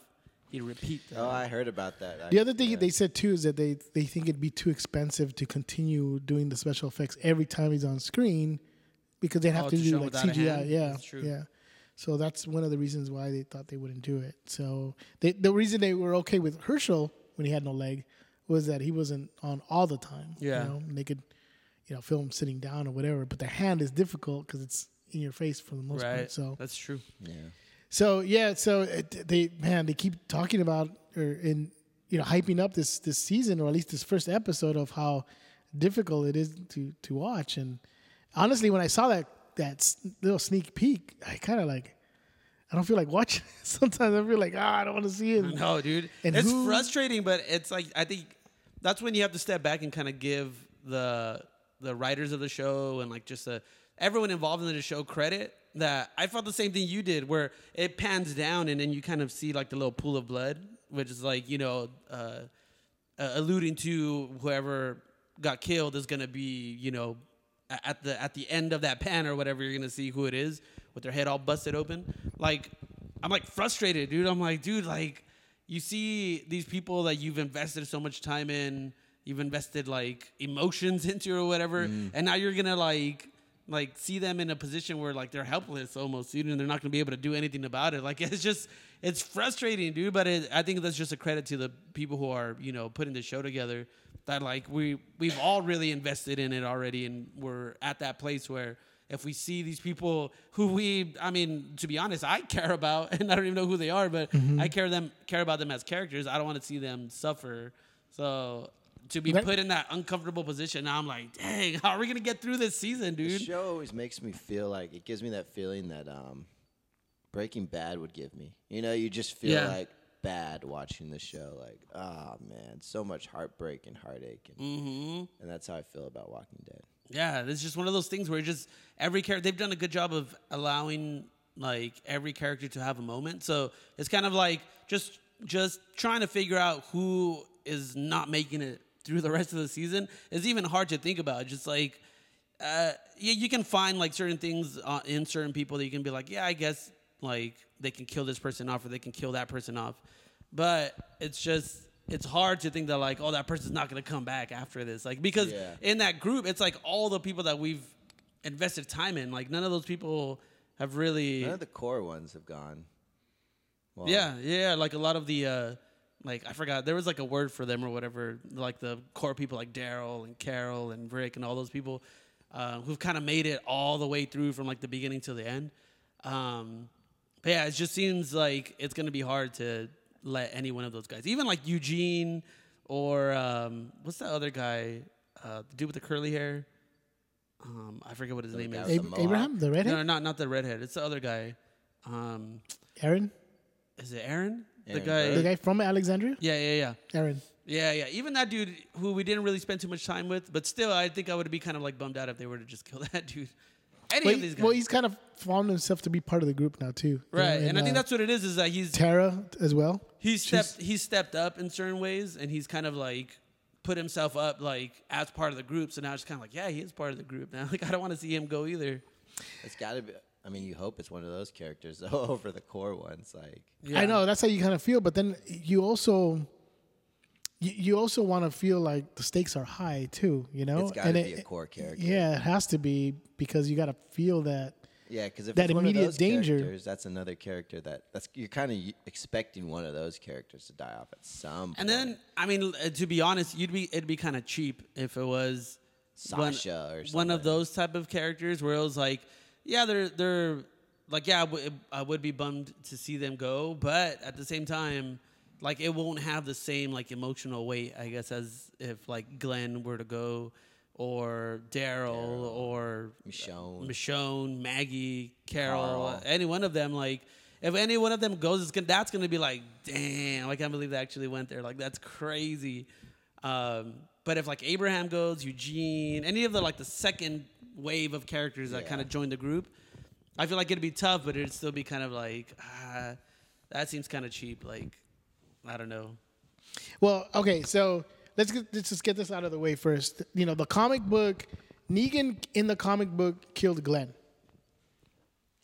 B: He'd repeat that.
C: Oh, I heard about that.
A: The other thing they said too is that they they think it'd be too expensive to continue doing the special effects every time he's on screen because they'd have
B: Oh,
A: to,
B: to show
A: do
B: him
A: like
B: without a
A: CGI.
B: hand?
A: Yeah,
B: That's true.
A: yeah. So that's one of the reasons why they thought they wouldn't do it. So they, the reason they were okay with Herschel when he had no leg was that he wasn't on all the time.
B: Yeah.
A: you know? and they could you know film sitting down or whatever, but the hand is difficult because it's in your face for the most
B: right.
A: part. So
B: That's true.
A: so yeah, so it, they man, they keep talking about or in you know hyping up this this season or at least this first episode of how difficult it is to to watch. And honestly, when I saw that that s- little sneak peek, I kind of like I don't feel like watching. it. Sometimes I feel like ah, I don't want to see it.
B: No, dude.
A: And
B: it's
A: who-
B: frustrating, but it's like I think that's when you have to step back and kind of give the the writers of the show and like just the everyone involved in the show credit. That I felt the same thing you did, where it pans down and then you kind of see like the little pool of blood, which is like you know, uh, uh, alluding to whoever got killed is gonna be you know a- at the at the end of that pan or whatever you're gonna see who it is with their head all busted open. Like I'm like frustrated, dude. I'm like, dude, like you see these people that you've invested so much time in, you've invested like emotions into or whatever, and now you're gonna like like see them in a position where like they're helpless almost, dude, and they're not gonna be able to do anything about it. Like it's just it's frustrating, dude. But it, I think that's just a credit to the people who are you know putting the show together. That like we we've all really invested in it already, and we're at that place where if we see these people who we i mean to be honest i care about and i don't even know who they are but i care them care about them as characters i don't want to see them suffer so to be
A: Right.
B: put in that uncomfortable position now i'm like dang how are we gonna get through this season
C: The
B: dude
C: show always makes me feel like it gives me that feeling that um, Breaking Bad would give me. You know, you just feel
B: Yeah.
C: like bad watching the show. Like, oh man, so much heartbreak and heartache, and,
B: Mm-hmm.
C: and that's how I feel about Walking Dead.
B: yeah it's just one of those things where just every character they've done a good job of allowing like every character to have a moment so it's kind of like just just trying to figure out who is not making it through the rest of the season is even hard to think about just like uh, yeah, you can find like certain things uh, in certain people that you can be like, yeah, I guess like they can kill this person off or they can kill that person off, but it's just it's hard to think that like, oh, that person's not gonna come back after this, like because
C: Yeah.
B: in that group, it's like all the people that we've invested time in, like none of those people have really,
C: None of the core ones have gone. Well,
B: yeah, yeah, like a lot of the. uh like I forgot, there was like a word for them or whatever. Like the core people, like Daryl and Carol and Rick and all those people, uh, who've kind of made it all the way through from like the beginning to the end. Um, but yeah, it just seems like it's gonna be hard to let any one of those guys, even like Eugene or um, what's that other guy, uh, the dude with the curly hair. Um, I forget what his name
C: guy
B: is.
C: with
A: Ab-
C: the mohawk?
A: Abraham, the redhead,
B: No, no, not not the redhead. It's the other guy. Um,
A: Aaron,
B: is it Aaron? the
C: Aaron
B: guy.
C: Burr.
A: the guy from Alexandria,
B: Yeah, yeah, yeah.
A: Aaron.
B: Yeah, yeah. Even that dude who we didn't really spend too much time with, but still, I think I would be kind of like bummed out if they were to just kill that dude. Any
A: Well,
B: of these guys,
A: well, he's kind of found himself to be part of the group now too, you know,
B: right? And, I think
A: uh,
B: that's what it is. Is that he's
A: Tara as well.
B: he stepped he stepped up in certain ways, and he's kind of like put himself up like as part of the group. So now it's kind of like, yeah, he is part of the group now. Like I don't want to see him go either.
C: it's got to be. I mean, you hope it's one of those characters though, over the core ones. Like,
A: I know that's how you kind of feel, but then you also you, you also want to feel like the stakes are high too, you know.
C: It's gotta
A: And
C: be a core character.
A: Yeah, it has to be because you got to feel that.
C: Yeah, because if
A: That
C: it's one
A: immediate
C: of those
A: danger.
C: characters, that's another character that that's you're kind of expecting one of those characters to die off at some.
B: And then I mean, uh, to be honest, you'd be it'd be kind of cheap if it was one-
C: Sasha or
B: one
C: something.
B: of those type of characters where it was like, yeah, they're they're like, yeah, I would- I would be bummed to see them go, but at the same time, like it won't have the same like emotional weight, I guess, as if like Glenn were to go or Daryl or
C: Michonne.
B: Michonne, Maggie, Carol,
C: Carl.
B: any one of them, like if any one of them goes, it's gonna, that's gonna be like, damn, I can't believe they actually went there. Like that's crazy. Um, but if like Abraham goes, Eugene, any of the like the second wave of characters that
C: Yeah.
B: kind of joined the group, I feel like it'd be tough, but it'd still be kind of like, ah, that seems kind of cheap. Like, I don't know.
A: Well, okay, so let's get, let's just get this out of the way first. You know, the comic book Negan in the comic book killed Glenn.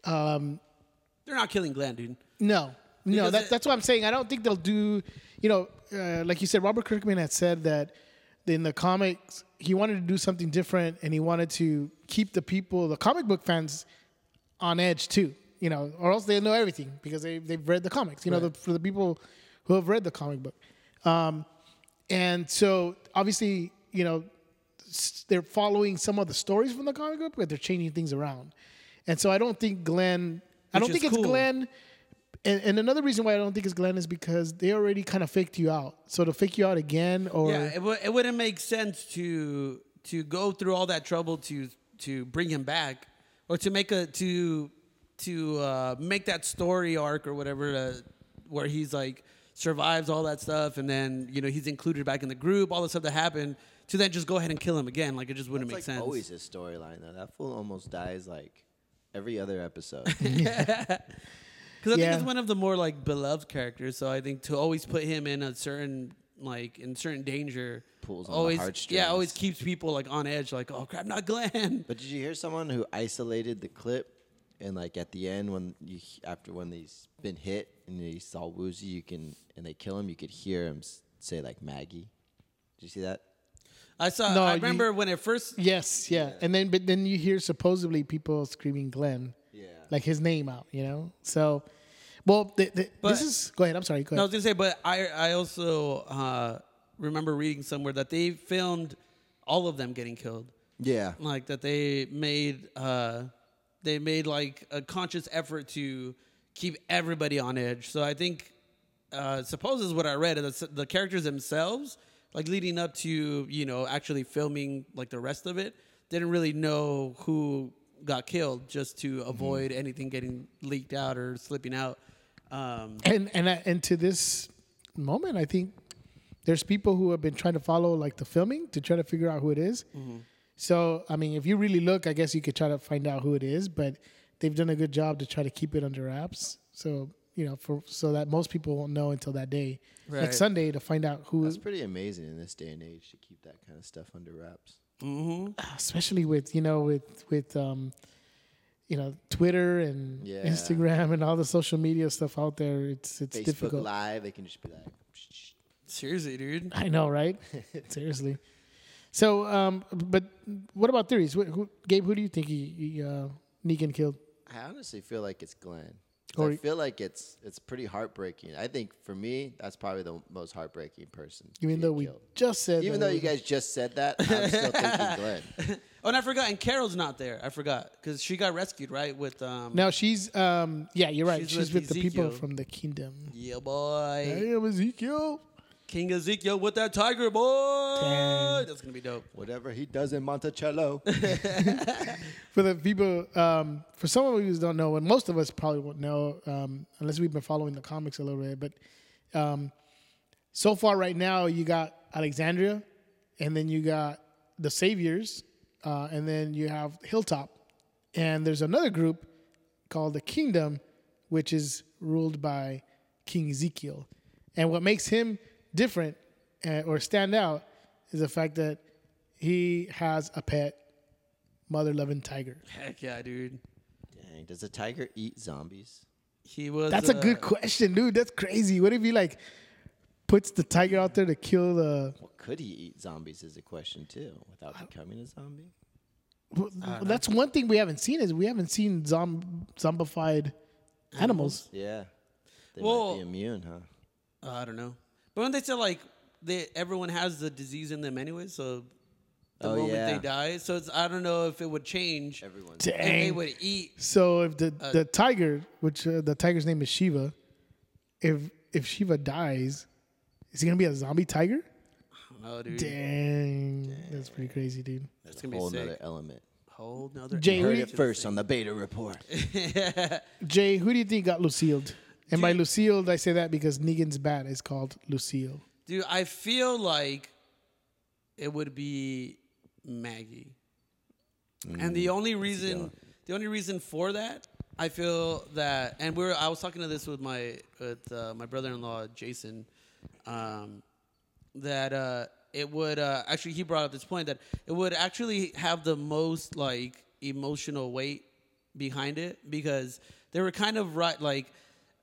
B: They're not killing Glenn, dude.
A: No, No,
B: Because
A: that,
B: it-
A: that's what I'm saying. I don't think they'll do, you know, uh, like you said, Robert Kirkman had said that in the comics, he wanted to do something different and he wanted to keep the people, the comic book fans, on edge too, you know, or else they'll know everything because they, they've read the comics, you know, the, for the people who have read the comic book. Um, and so obviously, you know, s- they're following some of the stories from the comic book, but they're changing things around. And so I don't think Glenn, I
B: Which
A: don't
B: is
A: think it's
B: cool.
A: Glenn. And, and another reason why I don't think it's Glenn is because they already kind of faked you out. So to fake you out again, or
B: Yeah, it, w- it wouldn't make sense to to go through all that trouble to to bring him back, or to make a to to uh, make that story arc or whatever uh, where he's like survives all that stuff and then you know he's included back in the group, all the stuff that happened. To then just go ahead and kill him again, like it just wouldn't
C: It's
B: make
C: like
B: sense.
C: always his storyline though. That fool almost dies like every other episode.
B: Because
A: Yeah.
B: I think it's one of the more like beloved characters. So I think to always put him in a certain like in certain danger
C: Pulls on the
B: always yeah
C: heartstrings.
B: always keeps people like on edge. Like oh crap, not Glenn.
C: but did you hear someone who isolated the clip and like at the end when you after when he's been hit and he's all woozy, you can and they kill him, you could hear him s- say like Maggie. Did you see that?
B: I saw.
A: No,
B: I
A: you-
B: remember when it first.
A: yes, yeah. And then but then you hear supposedly people screaming Glenn,
C: Yeah.
A: like his name out, you know. So, well, th th
B: But-
A: this is go ahead. I'm sorry. Go
B: No, I
A: ahead.
B: was gonna say, but I I also uh, remember reading somewhere that they filmed all of them getting killed.
C: Yeah.
B: Like that they made uh, they made like a conscious effort to keep everybody on edge. So I think uh, suppose is what I read. is that The characters themselves, like leading up to you know actually filming like the rest of it, didn't really know who got killed just to avoid anything getting leaked out or slipping out. Um,
A: and and I- and to this moment, I think there's people who have been trying to follow like the filming to try to figure out who it is.
C: Mm-hmm.
A: So I mean, if you really look, I guess you could try to find out who it is. But they've done a good job to try to keep it under wraps. So you know, for so that most people won't know until that day,
B: Right.
A: like Sunday, to find out who.
C: That's pretty amazing in this day and age to keep that kind of stuff under wraps.
A: Especially with you know with with um, you know Twitter and
C: Yeah.
A: Instagram and all the social media stuff out there. It's it's
C: Facebook
A: difficult.
C: Live, they can just be like, "Shh, shh."
B: seriously, dude.
A: I know, right? Seriously. So, um, but what about theories? Wh- who, Gabe, who do you think he, he uh, Negan killed?
C: I honestly feel like it's Glenn. 'Cause
A: Or-
C: I feel like it's it's pretty heartbreaking. I think for me, that's probably the most heartbreaking person. to
A: Even
C: get
A: though we
C: killed.
A: just said,
C: even
A: that
C: though
A: we-
C: you guys just said that, I'm still thinking Glenn.
B: Oh, and I forgot. And Carol's not there. I forgot because she got rescued, right? With um,
A: now she's, um, yeah, you're right.
B: She's
A: She's,
B: with
A: with, the people
B: Ezekiel.
A: from the kingdom.
B: yeah, boy,
A: I am Ezekiel.
B: King Ezekiel with that tiger, boy.
A: Dang.
B: That's gonna be dope.
C: Whatever he does in Monticello.
A: For the people, um, for some of you who don't know, and most of us probably won't know, um, unless we've been following the comics a little bit. But um, so far, right now, you got Alexandria, and then you got the Saviors, uh, and then you have Hilltop, and there's another group called the Kingdom, which is ruled by King Ezekiel. And what makes him different uh, or stand out is the fact that he has a pet mother loving tiger.
B: Heck yeah, dude.
C: Dang, does a tiger eat zombies?
B: He was.
A: That's a
B: uh,
A: good question, dude. That's crazy. What if he like puts the tiger out there to kill the?
C: Well, could he eat zombies is a question too, without becoming a zombie?
A: Well, That's one thing we haven't seen is we haven't seen zom- zombified animals.
C: Yeah. They might
B: Well-
C: be immune, huh?
B: uh, I don't know, but when they said like they, everyone has the disease in them anyway, so the
C: Oh,
B: moment
C: yeah.
B: they die, so it's I don't know if it would change.
C: Everyone.
B: And they
A: Dang.
B: would Uh, eat.
A: So if the the tiger, which uh, the tiger's name is Shiva, if if Shiva dies, is he gonna be a zombie tiger?
B: Oh, dude,
A: Dang, that's pretty crazy, dude.
B: that's
C: A
B: gonna
C: whole
B: be sick.
C: nother element.
B: Whole nother.
A: Jay,
C: Heard
A: we-
C: it first on the beta report.
A: Jay, who do you think got Lucille? And by Lucille, I say that because Negan's bat is called Lucille.
B: Dude, I feel like it would be Maggie. and the only reason the only reason for that, I feel that and we were I was talking to this with my with uh, my brother-in-law Jason um that uh it would uh actually he brought up this point that it would actually have the most like emotional weight behind it because they were kind of right like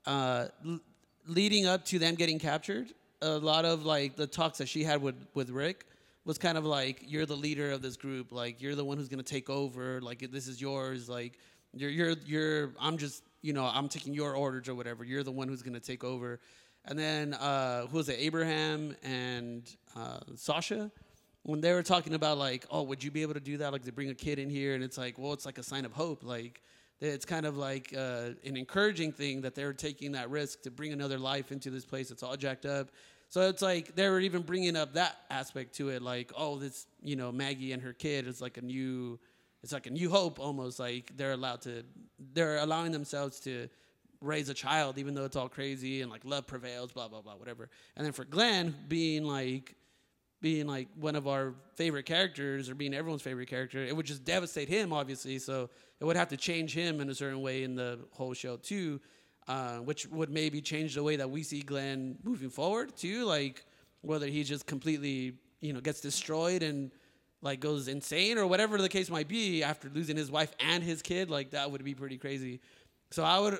B: uh, l- leading up to them getting captured, a lot of like the talks that she had with with Rick was kind of like you're the leader of this group, like you're the one who's gonna take over, like this is yours, like you're you're you're I'm just you know I'm taking your orders or whatever. You're the one who's gonna take over. And then uh, who was it? Abraham and uh, Sasha when they were talking about like, oh, would you be able to do that? Like, to bring a kid in here, and it's like, well, it's like a sign of hope. Like, that it's kind of like uh, an encouraging thing that they're taking that risk to bring another life into this place that's all jacked up. So it's like they were even bringing up that aspect to it, like, oh, this, you know, Maggie and her kid is like a new, it's like a new hope almost. Like they're allowed to, they're allowing themselves to raise a child, even though it's all crazy and like love prevails, blah blah blah, whatever. And then for Glenn being like, being like one of our favorite characters or being everyone's favorite character, it would just devastate him, obviously. So it would have to change him in a certain way in the whole show too, uh, which would maybe change the way that we see Glenn moving forward too, like whether he just completely you know gets destroyed and like goes insane or whatever the case might be after losing his wife and his kid, like that would be pretty crazy. So I would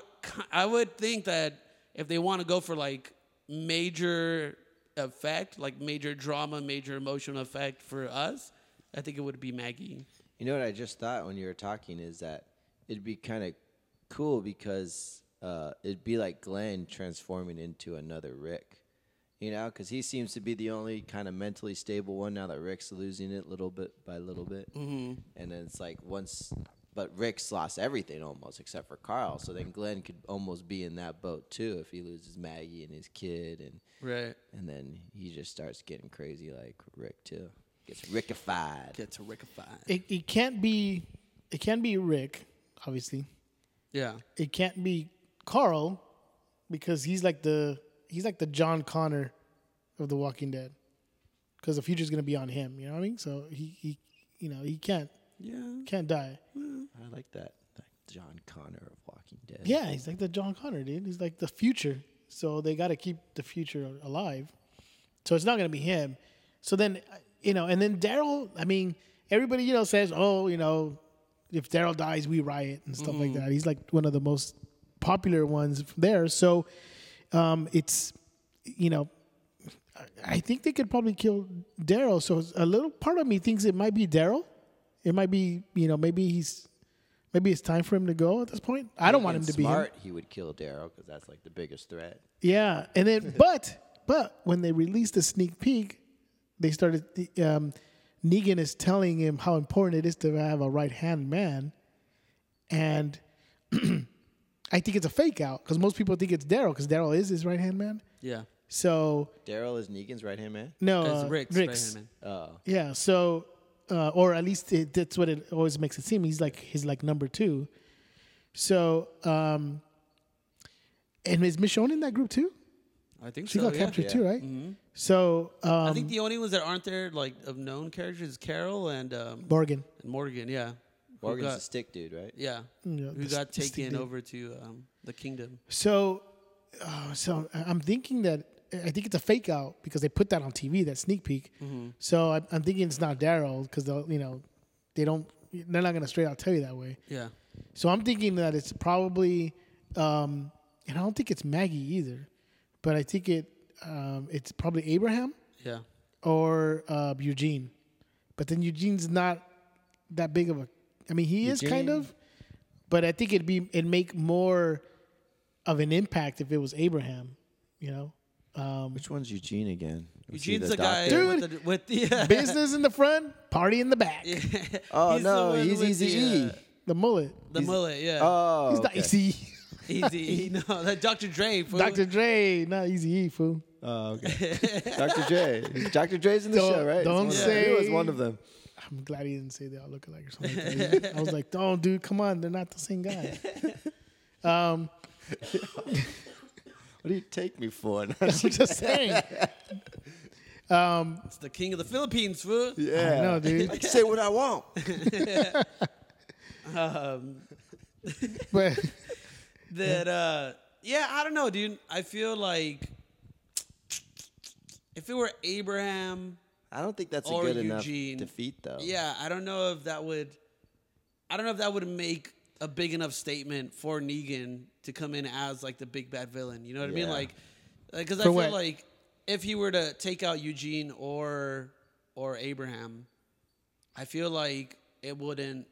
B: I would think that if they want to go for like major effect, like major drama, major emotional effect for us, I think it would be Maggie.
C: You know what I just thought when you were talking is that it'd be kind of cool because uh, it'd be like Glenn transforming into another Rick. You know, because he seems to be the only kind of mentally stable one now that Rick's losing it little bit by little bit. Mm-hmm. And then it's like once, but Rick's lost everything almost except for Carl. So then Glenn could almost be in that boat too if he loses Maggie and his kid. And,
B: Right.
C: and then he just starts getting crazy like Rick too. Gets Rickified.
B: Get to Rickify.
A: It, it can't be, it can't be Rick, obviously.
B: Yeah.
A: It can't be Carl, because he's like the he's like the John Connor of The Walking Dead, because the future's gonna be on him. You know what I mean? So he he you know he can't
B: Yeah.
A: can't die.
C: I like that. Like John Connor of Walking Dead.
A: Yeah, he's like the John Connor, dude. He's like the future. So they got to keep the future alive. So it's not going to be him. So then, uh, you know, and then Daryl, I mean, everybody, you know, says, oh, you know, if Daryl dies, we riot and stuff like that. He's like one of the most popular ones there. So um, it's, you know, I- I think they could probably kill Daryl. So it's- a little part of me thinks it might be Daryl. It might be, you know, maybe he's, maybe it's time for him to go at this point. I don't want him
C: And
A: to be him.
C: smart. He would kill Daryl because that's like the biggest threat.
A: Yeah, and then but but when they released the sneak peek, they started. the- Um, Negan is telling him how important it is to have a right hand man, and I think it's a fake out because most people think it's Daryl because Daryl is his right hand man.
B: Yeah.
A: So
C: Daryl is Negan's right hand man.
A: no,
B: That's
A: uh,
B: Rick's.
A: Rick's.
B: Right
A: Yeah. So, uh, or at least it, that's what it always makes it seem. He's like he's like number two. So, um, and is Michonne in that group too?
B: I think
A: She
B: so.
A: got
B: yeah. Mm-hmm.
A: captured too, right? So
B: I
A: um,
B: think the only ones that aren't there, like of known characters, is Carol and um,
A: Morgan,
B: and Morgan. Yeah. Who
C: Morgan's
B: got-
C: a stick dude, right?
B: Yeah.
A: Yeah,
B: Who
A: the
B: got
A: st- stick
B: taken
A: dude.
B: over to um, the kingdom?
A: So, uh, so I- I'm thinking that I think it's a fake out because they put that on TV that sneak peek.
B: Mm-hmm.
A: So I'm, I'm thinking it's not Daryl because they'll you know they don't they're not gonna straight out tell you that way.
B: Yeah.
A: So I'm thinking that it's probably, um, and I don't think it's Maggie either, but I think it um, it's probably Abraham
B: Yeah.
A: or uh, Eugene. But then Eugene's not that big of a. I mean, he is kind
C: Eugene-
A: of, but I think it'd be it'd make more of an impact if it was Abraham, you know. Um,
C: Which one's Eugene again? Was he
B: Eugene's the, guy
C: doctor?
B: with the, with the yeah.
A: business in the front, party in the back.
C: Oh
B: He's the
C: no,
B: one
C: he's
B: with
C: Easy
B: the,
C: E.
B: uh,
A: The mullet.
B: the mullet. Yeah.
C: Oh,
A: He's not
C: okay.
A: easy.
B: Easy. No, that Dr. Dre. fool.
A: Dr. Dre, not easy E fool.
C: Oh, okay. Dr. J. Dr. Dre's in the
A: Don't-
C: show, right? It's
A: don't
C: one of them. He was
A: say-
C: one of them.
A: I'm glad he didn't say they all look alike or something. Like that. I was like, "Don't, dude, come on, they're not the same guy."
C: What do you take me for?
A: I'm just saying.
B: It's the king of the Philippines, fool.
C: yeah.
A: No, dude.
C: I can say what I want.
A: But
B: that uh yeah i don't know dude i feel like if it were abraham
C: I don't think that's a
B: Or
C: good
B: Eugene.
C: enough defeat, though.
B: yeah i don't know if that would i don't know if that would make a big enough statement for negan to come in as like the big bad villain you know what i mean
C: Yeah.
B: like Because I
A: For
B: feel
A: what?
B: like if he were to take out Eugene or or Abraham, I feel like it wouldn't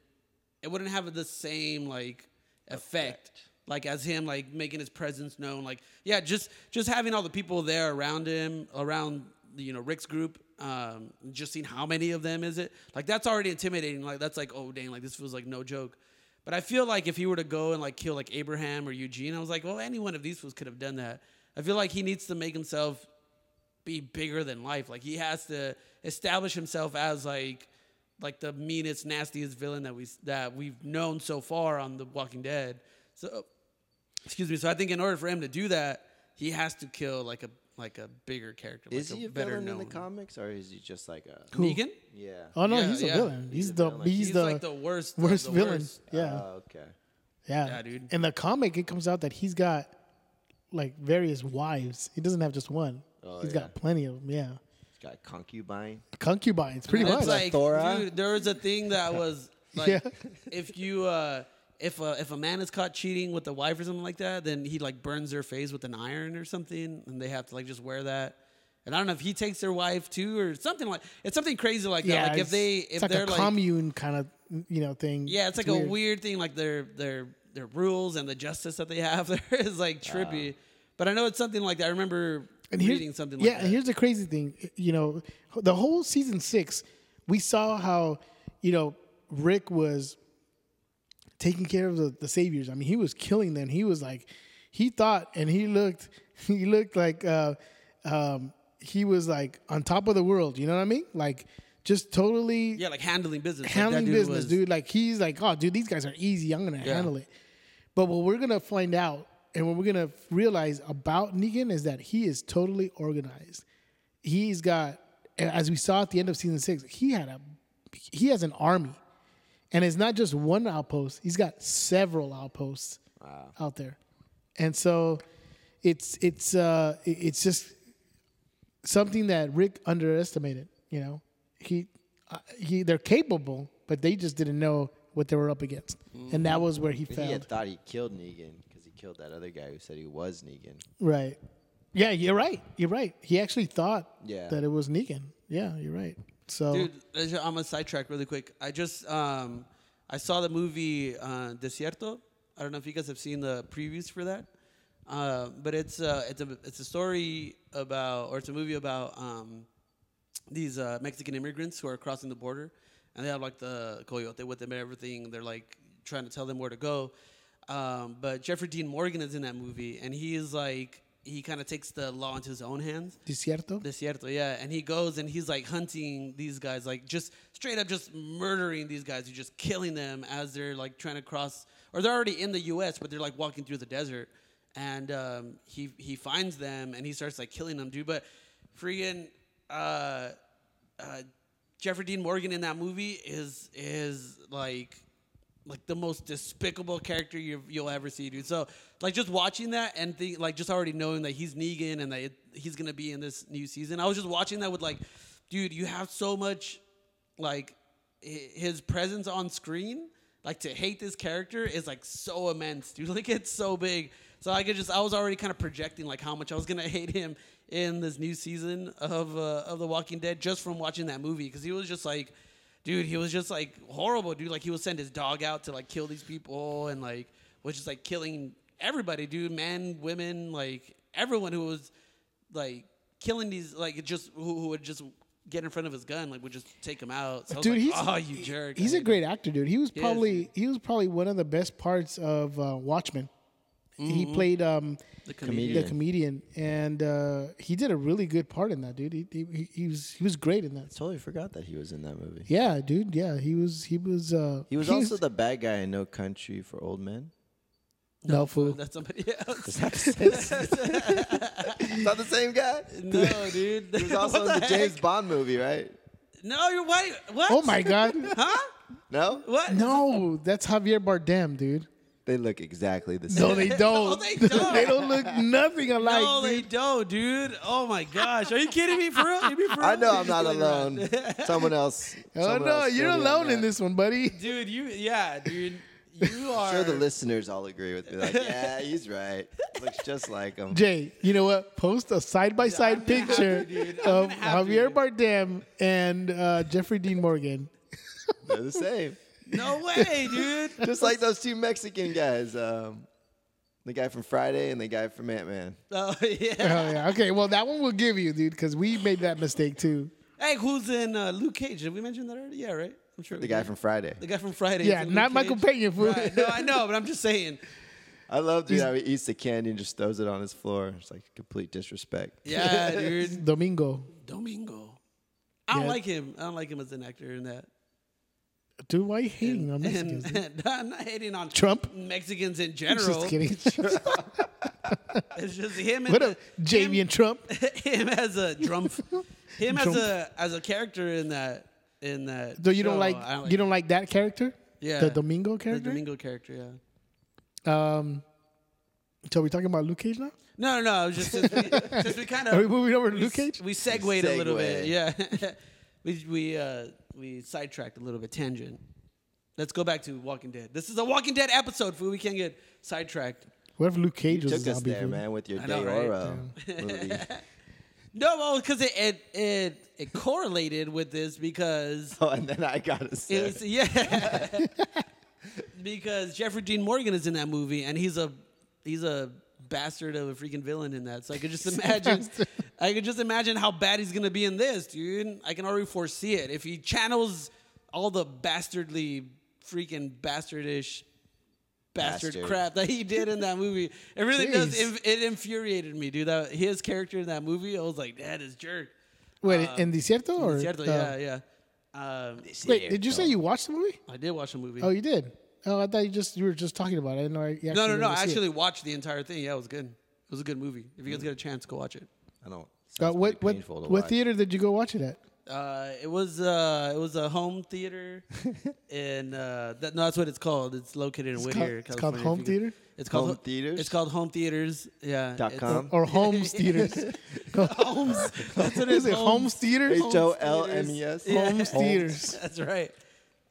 B: it wouldn't have the same like effect. Like as him like making his presence known, like yeah, just just having all the people there around him, around you know Rick's group, um, just seeing how many of them is it, like that's already intimidating. Like that's like oh dang, like this feels like no joke. But I feel like if he were to go and like kill like Abraham or Eugene, I was like, well, any one of these fools could have done that. I feel like he needs to make himself be bigger than life. Like he has to establish himself as like like the meanest, nastiest villain that we that we've known so far on The Walking Dead. So excuse me. So I think in order for him to do that, he has to kill like a like a bigger character.
C: Is
B: like
C: he a
B: better
C: villain in the
B: known-
C: comics, or is he just like a?
B: Negan?
C: Yeah.
A: Oh no,
B: Yeah,
A: he's a
B: yeah.
A: villain. He's, the
C: villain.
A: he's,
B: He's
A: the
B: like the worst of
A: worst
B: the
A: villain.
B: worst.
A: Yeah,
C: Oh, okay.
A: yeah,
B: yeah, dude.
A: In the comic, it comes out that he's got like various wives. He doesn't have just one.
C: Oh,
A: He's
C: yeah.
A: got plenty of them. Yeah,
C: He's got a concubine.
A: concubines, pretty
B: That's
A: much.
B: like,
C: Thora?
B: dude, there was a thing that was like,
A: Yeah.
B: if you uh, if a, if a man is caught cheating with a wife or something like that, then he like burns their face with an iron or something, and they have to like just wear that. And I don't know if he takes their wife too or something like it's something crazy like that. Like if
A: it's-
B: they
A: it's
B: if
A: like
B: they're
A: a
B: like
A: commune kind of you know thing.
B: yeah, it's like a weird thing. Like their their their rules and the justice that they have there is like trippy. but I know it's something like that. I remember
A: here-
B: reading something
A: yeah,
B: like
A: and
B: that.
A: here's the crazy thing. You know, the whole season six, we saw how, you know, Rick was taking care of the, the saviors. I mean, he was killing them. He was like, he thought and he looked, he looked like, uh, um, he was like on top of the world. You know what I mean? Like, just totally
B: yeah, like handling business. Like, that
A: handling
B: dude
A: business,
B: was-
A: dude. Like he's like, oh, dude, these guys are easy. I'm gonna handle it. But what we're gonna find out, and what we're gonna realize about Negan is that he is totally organized. He's got, as we saw at the end of season six, he had a, he has an army, and it's not just one outpost. He's got several outposts out there, and so it's it's uh it- it's just something that Rick underestimated. You know, he uh, he they're capable, but they just didn't know what they were up against, and that was where he
C: He had
A: failed.
C: thought he killed Negan because he killed that other guy who said he was Negan.
A: right? Yeah, you're right. You're right. He actually thought
C: Yeah.
A: that it was Negan. Yeah, you're right. So
B: Dude, I ju- I'm gonna sidetrack really quick. I just um, I saw the movie uh, Desierto. I don't know if you guys have seen the previews for that, uh, but it's uh, it's a it's a story about or it's a movie about um, these uh, Mexican immigrants who are crossing the border, and they have like the coyote with them and everything. They're like trying to tell them where to go. Um, but Jeffrey Dean Morgan is in that movie, and he is like he kind of takes the law into his own hands.
A: Desierto.
B: Desierto, yeah. And he goes and he's like hunting these guys, like just straight up just murdering these guys. You're just killing them as they're like trying to cross, or they're already in the U.S., but they're like walking through the desert. And um, he he finds them and he starts like killing them, dude. But freaking uh, uh, Jeffrey Dean Morgan in that movie is is like like the most despicable character you you'll ever see, dude. So like just watching that and think like just already knowing that he's Negan and that it, he's gonna be in this new season. I was just watching that with like, dude, you have so much like hi- his presence on screen. Like to hate this character is like so immense, dude. Like it's so big. So I could just I was already kind of projecting like how much I was gonna hate him in this new season of uh, of The Walking Dead just from watching that movie because he was just like dude he was just like horrible dude like he would send his dog out to like kill these people and like was just like killing everybody dude men women like everyone who was like killing these like just who, who would just get in front of his gun like would just take him out so I was
A: Dude,
B: like,
A: he's
B: oh you jerk
A: He's
B: I
A: a
B: hate
A: great actor, dude. He was
B: is,
A: probably he was probably one of the best parts of uh, Watchmen. He played um,
B: Mm-hmm. the comedian.
A: the comedian, and uh, he did a really good part in that, dude. He, he, he was he was great in that.
C: Totally forgot that he was in that movie.
A: Yeah, dude. Yeah, he was he was uh,
C: He was also the bad guy in No Country for Old Men.
A: no fool.
B: that's somebody else
C: Not the same guy.
B: no dude
C: He was also in the, James Bond movie, right?
B: no you're white what
A: Oh my god,
B: huh
C: No,
B: what
A: no, that's Javier Bardem, dude.
C: they look exactly the same.
A: No, they don't.
B: they don't.
A: They don't look nothing alike.
B: no,
A: dude.
B: they don't, dude. Oh my gosh, are you kidding me, for real? You be for real?
C: I know I'm
B: You're
C: not
B: just kidding me,
C: alone. Someone else.
A: Oh
C: someone
A: no,
C: else
A: you're
C: will be on
A: alone
C: that.
A: in this one, buddy.
B: dude. You, yeah, dude. You are.
C: I'm sure the listeners all agree with me. Like, yeah, he's right. Looks just like him.
A: Jay, you know what? Post a side by side
B: gonna have
A: picture
B: to, dude. I'm
A: of
B: gonna have to,
A: Javier
B: dude.
A: Bardem and uh, Jeffrey Dean Morgan.
C: They're the same.
B: No way, dude.
C: Just like those two Mexican guys. Um, the guy from Friday and the guy from Ant Man.
B: Oh yeah.
A: Oh yeah. Okay. Well, that one we'll give you, dude, because we made that mistake too.
B: Hey, who's in uh, Luke Cage? Did we mention that already? Yeah, right. I'm sure.
C: The guy from Friday.
B: The guy from Friday.
A: Yeah,
B: is in Luke
A: not Michael
B: Cage.
A: Pena, fool.
B: Right. No, I know, but I'm just saying.
C: I love dude how he eats the candy and just throws it on his floor. It's like complete disrespect.
B: Yeah, dude.
A: Domingo.
B: Domingo. I don't
A: Yeah.
B: like him. I don't like him as an actor in that.
A: Dude, why are you hating on Mexicans?
B: And,
A: dude?
B: I'm not hating on
A: Trump?
B: Mexicans in
A: Just
B: general.
A: kidding.
B: It's just him. and
A: what
B: the-
A: up, Jamie and Trump?
B: him as a drumpf. Him as
A: Drumpf.
B: a as a character in that in that.
A: So you
B: show,
A: don't like,
B: I
A: you don't like that character?
B: Yeah.
A: The Domingo
B: the
A: character.
B: Domingo character. Yeah.
A: Um. So we're talking about Luke Cage now?
B: No, no, no. It was just since we, since we kind of
A: Are we moving over to Luke Cage?
B: we segued a little bit.
C: Segue.
B: Yeah. we we uh we sidetracked a little bit tangent. Let's go back to Walking Dead. This is a Walking Dead episode. Fool. We can't get sidetracked.
A: What if Luke Cage
C: You
A: was a
C: took us
A: zombie?
C: there,
A: dude?
C: man, with your
B: I
C: De
B: know, right?
C: Oro movie.
B: No, well, because it, it it it correlated with this because
C: Oh, and then I got us there.
B: It's, yeah. because Jeffrey Dean Morgan is in that movie and he's a he's a bastard of a freaking villain in that. So I could just imagine I could just imagine how bad he's gonna be in this, dude. I can already foresee it. If he channels all the bastardly freaking bastardish bastard,
C: Bastard.
B: crap that he did in that movie. It really does
A: Jeez.
B: inf- it infuriated me, dude. That his character in that movie, I was like, that is jerk.
A: Wait,
B: Uh,
A: in Desierto or?
B: Cierto,
A: uh,
B: yeah, yeah. Um,
A: Wait, did you say you watched the movie?
B: I did watch the movie.
A: Oh, you did. Oh, I thought you just you were just talking about it. I didn't know. I actually
B: No, no, no.
A: went
B: I
A: to see it. Mm.
B: actually watched the entire thing. Yeah, it was good. It was a good movie. If you guys get a chance, go watch it.
C: I don't.
A: Uh,
C: sounds
A: what
C: pretty
A: what
C: painful to
A: what
C: watch.
A: theater did you go watch it at?
B: Uh, it was uh, it was a home theater, and uh, that, no, that's what it's called. It's located in Whittier,
A: called- it's called
B: California. If
A: home
B: you could-
A: theater?
B: It's called
C: Home
B: ho-
C: theaters?
B: It's called home theaters. Yeah.
C: Dot
B: it's-
C: com?
A: Or Holmes Theaters?
B: Homes. That's what it
A: Is
B: is.
A: it Holmes Theaters?
C: H O L M E S.
A: Holmes Theaters.
B: That's right.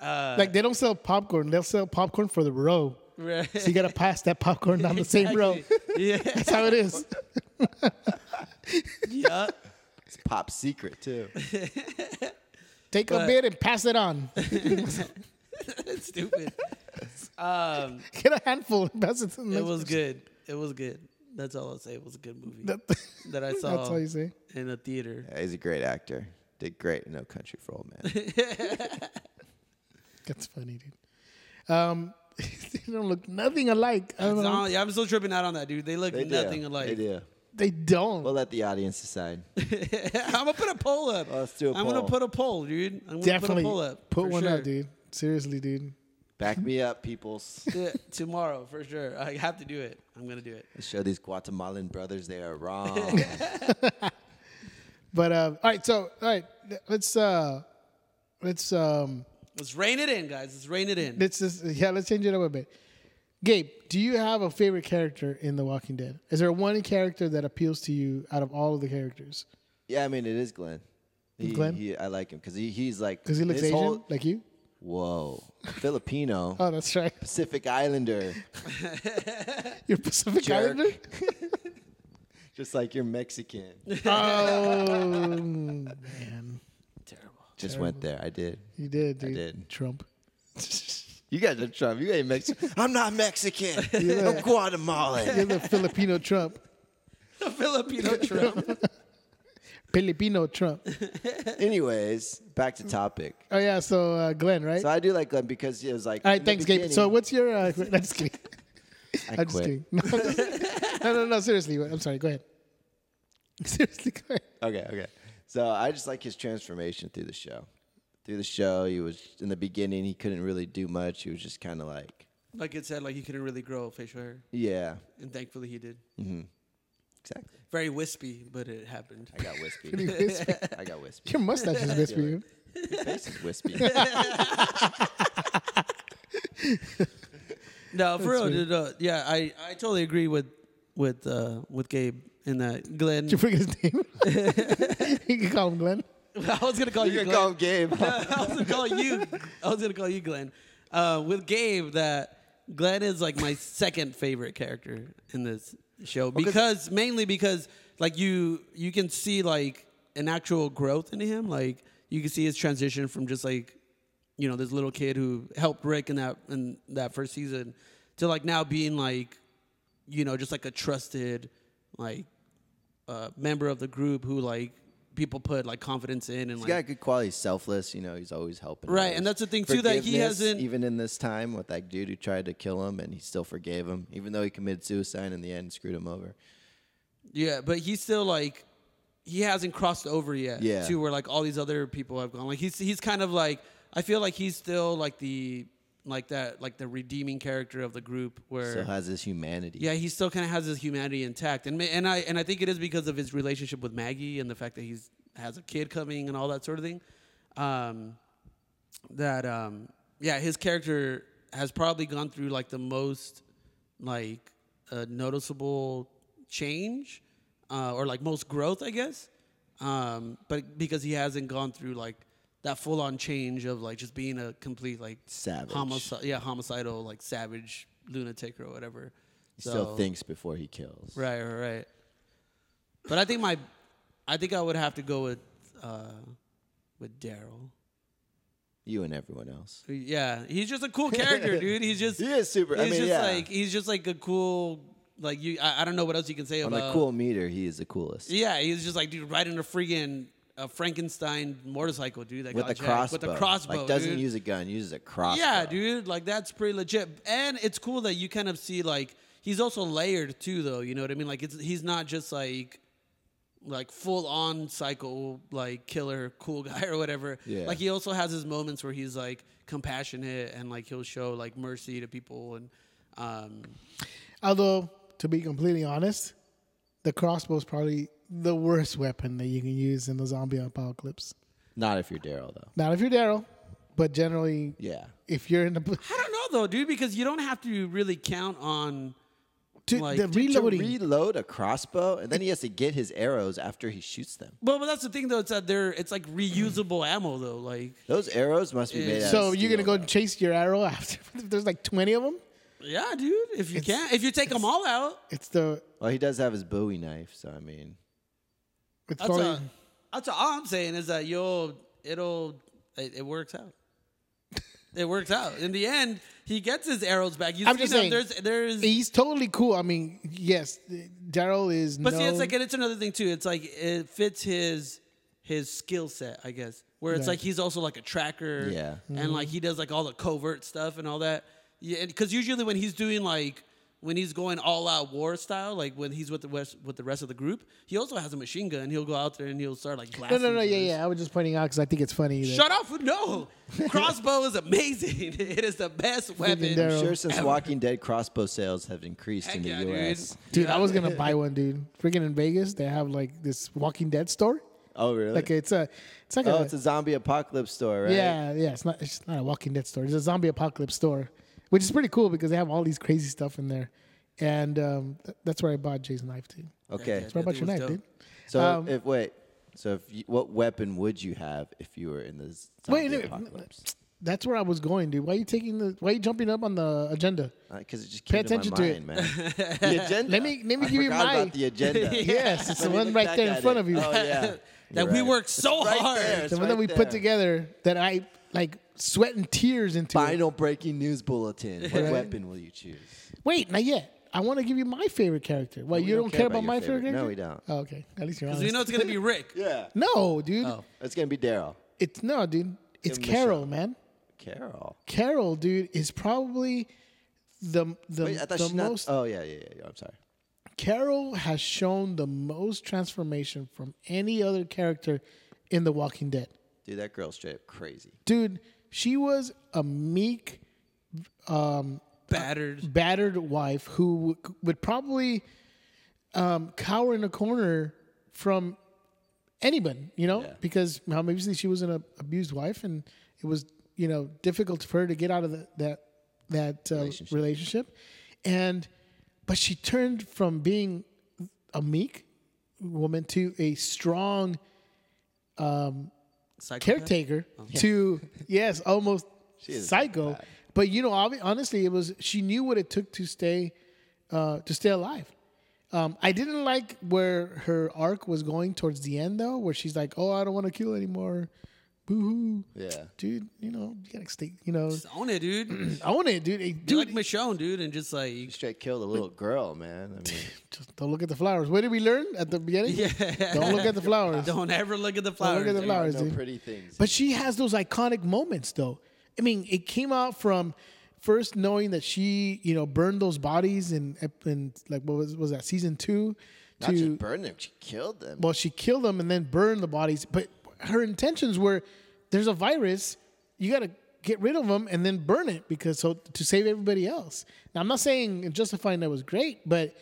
A: Like they don't sell popcorn. They'll sell popcorn for the row.
B: Right.
A: So you gotta pass that popcorn down the same row.
B: yeah.
A: That's how it is.
B: yeah.
C: It's Pop Secret too.
A: Take a
B: But-
A: bit and pass it on.
B: It's stupid. Um,
A: Get a handful and pass it to the next
B: it was
A: person.
B: good. It was good. That's all I'll say. It was a good movie.
A: That-
B: that I saw
A: That's all you say.
B: in a theater.
C: Yeah, he's a great actor. Did great in No Country for Old Men.
A: That's funny, dude. Um, they don't look nothing alike. I don't
B: So,
A: know.
B: yeah, I'm still tripping out on that, dude. They look
C: They do.
B: nothing alike.
C: They do.
A: They don't.
C: We'll let the audience decide.
B: I'm gonna put a poll up.
C: Let's do a
B: I'm gonna
C: poll.
B: put a poll, dude. I'm gonna
A: Definitely
B: put a poll up. for
A: one
B: sure.
A: out, dude. Seriously, dude.
C: Back me up, peoples.
B: Yeah, tomorrow for sure. I have to do it. I'm gonna do it.
C: Let's show these Guatemalan brothers they are wrong.
A: But uh, all right, so all right, let's uh, let's um,
B: Let's rein it in, guys. Let's rein it in.
A: let's just yeah, let's change it up a bit. Gabe, do you have a favorite character in The Walking Dead? Is there one character that appeals to you out of all of the characters?
C: yeah, I mean it is Glenn. He,
A: Glenn?
C: He, I like him because he, he's like
A: Because he looks
C: his
A: Asian,
C: whole-
A: like you.
C: whoa, Filipino,
A: Oh, that's right.
C: Pacific Islander,
A: You're Pacific
C: Jerk.
A: Islander.
C: just like you're Mexican.
A: Oh man,
C: Just went there. I did.
A: you did, dude.
C: did.
A: Trump.
C: You guys are Trump. You ain't Mexican. I'm not Mexican.
A: Yeah.
C: I'm Guatemalan.
A: You're the Filipino Trump.
B: The Filipino Trump.
A: Filipino Trump.
C: Anyways, back to topic.
A: Oh yeah, so uh, Glenn, right?
C: So I do like Glenn because he was like.
A: All
C: in
A: right,
C: the
A: thanks, Gabe. So
C: beginning-
A: what's your? Uh, I'm just kidding.
C: I
A: I'm just
C: quit.
A: kidding. No, no, no, no, seriously. I'm sorry. Go ahead. Seriously, go ahead.
C: Okay, okay. So I just like his transformation through the show. Through the show, he was in the beginning. He couldn't really do much. He was just kind of like,
B: like it said, like he couldn't really grow facial hair,
C: yeah,
B: and thankfully he did.
C: exactly.
B: Very wispy, but it happened.
C: I got wispy.
A: wispy.
C: I got wispy.
A: Your mustache is wispy.
C: Your
A: dude.
C: face is wispy.
B: No, for real, dude. Uh, yeah, I, I totally agree with with uh, with Gabe in that Glenn.
A: Did you forget his name? you can call him Glenn.
B: I was gonna call you.
C: You're gonna
B: Glenn.
C: call him Gabe.
B: I was gonna call you. I was gonna call you Glenn. Uh, with Gabe, that Glenn is like my second favorite character in this show because mainly because like you you can see like an actual growth in him. Like you can see his transition from just like you know this little kid who helped Rick in that in that first season to like now being like you know just like a trusted like uh, member of the group who like people put like confidence in and
C: He's
B: like
C: got good qualities. Selfless, you know. He's always helping.
B: Right,
C: others.
B: and that's the thing, too, that he
C: Forgiveness,
B: hasn't-
C: even in this time with that dude who tried to kill him, and he still forgave him, even though he committed suicide in the end, and screwed him over.
B: Yeah, but he's still like he hasn't crossed over yet
C: Yeah.
B: to where like all these other people have gone. Like he's he's kind of like I feel like he's still like the like that like the redeeming character of the group where
C: Still has his humanity.
B: yeah, he still kind of has his humanity intact, and ma- and I and I think it is because of his relationship with Maggie and the fact that he's has a kid coming and all that sort of thing. Um, that um, yeah, his character has probably gone through like the most like uh, noticeable change uh, or like most growth, I guess. Um, but because he hasn't gone through like that full on change of like just being a complete like
C: Savage.
B: homici- yeah, homicidal like savage lunatic or whatever.
C: He still
B: So-
C: thinks before he kills.
B: Right, right, right. But I think my, I think I would have to go with, uh, with Daryl.
C: You and everyone else.
B: Yeah, he's just a cool character, dude. He's just
C: He is super- I
B: He's
C: mean,
B: just
C: yeah.
B: like he's just like a cool like you. I, I don't know what else you can say
C: On
B: about
C: a cool meter, he is the coolest.
B: Yeah, he was just like dude riding a freaking a Frankenstein motorcycle, dude. That
C: With
B: got
C: a
B: jacked.
C: crossbow.
B: with a crossbow,
C: Like doesn't
B: dude.
C: use a gun, uses a crossbow.
B: Yeah, dude, like that's pretty legit. And it's cool that you kind of see like he's also layered too, though. You know what I mean? Like it's he's not just like like full on psycho like killer cool guy or whatever.
C: Yeah.
B: Like he also has his moments where he's like compassionate and like he'll show like mercy to people and um
A: Although, to be completely honest, the crossbow is probably the worst weapon that you can use in the zombie apocalypse.
C: Not if you're Daryl though.
A: Not if you're Daryl, but generally,
C: Yeah.
A: if you're in the
B: I don't know though, dude, because you don't have to really count on
A: to,
B: Like,
A: the
B: to- to
A: reloading,
C: To reload a crossbow, and then he has to get his arrows after he shoots them.
B: well, but that's the thing though. It's that they're it's like reusable ammo though. Like
C: Those arrows must be made out
A: so
C: of
A: you're gonna
C: steel,
A: go
C: though.
A: chase your arrow after. There's like 20 of them.
B: yeah, dude. If you
A: It's-
B: can, if you take them all out,
A: It's the
C: Well, he does have his Bowie knife, so I mean,
A: it's
B: That's
A: probably
B: a, that's all I'm saying is that you'll it'll it, it works out. It works out. In the end, he gets his arrows back. You
A: I'm
B: see
A: just
B: them,
A: saying,
B: there's there's
A: he's totally cool. I mean, yes, Daryl is.
B: but
A: no,
B: see it's like and it's another thing too. It's like it fits his his skill set, I guess. Where it's
A: Right.
B: like he's also like a tracker.
C: Yeah.
B: And like he does like all the covert stuff and all that. Yeah, because usually when he's doing like when he's going all out war style, like when he's with the rest with the rest of the group, he also has a machine gun. He'll go out there and he'll start like
A: no,
B: blasting.
A: no, no, yeah,
B: dudes.
A: yeah. I was just pointing out because I think it's funny. that-
B: Shut up! No, crossbow is amazing. It is the best weapon.
A: Daryl.
C: I'm sure since Walking Dead, crossbow sales have increased
B: Heck
C: in the
B: yeah,
C: U.S.
B: dude.
A: Dude, I was gonna buy one, dude. Freaking in Vegas, they have like this Walking Dead store.
C: Oh, really?
A: Like it's a, it's like
C: oh,
A: a,
C: it's a zombie apocalypse store, right?
A: yeah, yeah. It's not, it's not a Walking Dead store. It's a zombie apocalypse store, which is pretty cool because they have all these crazy stuff in there, and um, th- that's where I bought Jay's knife too.
C: Okay.
A: What about
B: That
A: your
B: was
A: knife,
B: dope.
A: dude?
C: So
A: Um,
C: if wait, so if you, what weapon would you have if you were in the z- zombie
A: Wait, wait,
C: apocalypse?
A: That's where I was going, dude. Why are you taking the? Why are you jumping up on the agenda?
C: Because Uh, it just
A: Pay
C: came to my
A: attention to it.
C: mind, man. the agenda.
A: Let me- let me
C: I
A: give you
C: forgot
A: my-
C: about the agenda.
A: Yes, it's the
C: Let me
A: one
C: look
A: right
C: back
A: there in
C: at
A: front
C: it.
A: of you.
C: Oh yeah.
B: That
C: You're
B: we
C: right.
B: worked so
C: right
B: hard.
C: there.
A: The
C: It's
A: one that
C: right
A: we put
C: there.
A: together that I like sweat and tears into.
C: Final breaking news bulletin. What
A: Right.
C: weapon will you choose?
A: Wait, not yet. I want to give you my favorite character. Well,
C: we
A: you
C: don't
A: don't
C: care
A: care
C: about
A: about
C: your
A: my favorite,
C: favorite.
A: character?
C: No, we don't.
A: Oh, okay, at least you're
B: 'Cause
A: honest.
B: we know it's gonna be Rick.
C: Yeah.
A: no, dude.
B: Oh.
C: It's gonna be Daryl.
A: It's no, dude. It's
C: him a shot.
A: Carol, man.
C: Carol.
A: Carol, dude, is probably the the,
C: Wait, I thought
A: the
C: she's
A: most.
C: not. Oh yeah, yeah, yeah, yeah. I'm sorry.
A: Carol has shown the most transformation from any other character in The Walking Dead.
C: Dude, that girl's straight up crazy.
A: Dude, she was a meek,
B: Battered.
A: battered wife who w- would probably um, cower in a corner from anyone, you know,
C: Yeah.
A: because well, obviously she was an ab- abused wife, and it was you know difficult for her to get out of the, that that uh, relationship. and but she turned from being a meek woman to a strong
B: Psychopath.
A: caretaker to yes, almost
C: is a
A: psycho.
C: psychopath.
A: But you know, obvi- honestly, it was she knew what it took to stay, uh, to stay alive. Um, I didn't like where her arc was going towards the end, though, where she's like, "Oh, I don't want to kill anymore." Boo hoo.
C: Yeah.
A: dude. You know, you gotta stay. You know,
B: Just own it, dude.
A: own it, dude. Hey,
B: Be
A: dude,
B: like Michonne, dude, and just like you-
C: Straight killed a little girl, man. I mean,
A: just don't look at the flowers. What did we learn at the beginning?
B: Yeah.
A: Don't look at the flowers.
B: don't ever look at the
A: Don't
B: flowers.
A: look at the
B: dude.
A: flowers,
C: no
A: dude.
C: pretty things.
A: But she has those iconic moments, though. I mean, it came out from first knowing that she, you know, burned those bodies in, in like what was, was that season two?
C: Not
A: to
C: just burned them, she killed them.
A: well, she killed them and then burned the bodies. But her intentions were, there's a virus, you got to get rid of them and then burn it because so to save everybody else. Now, I'm not saying and justifying that was great, but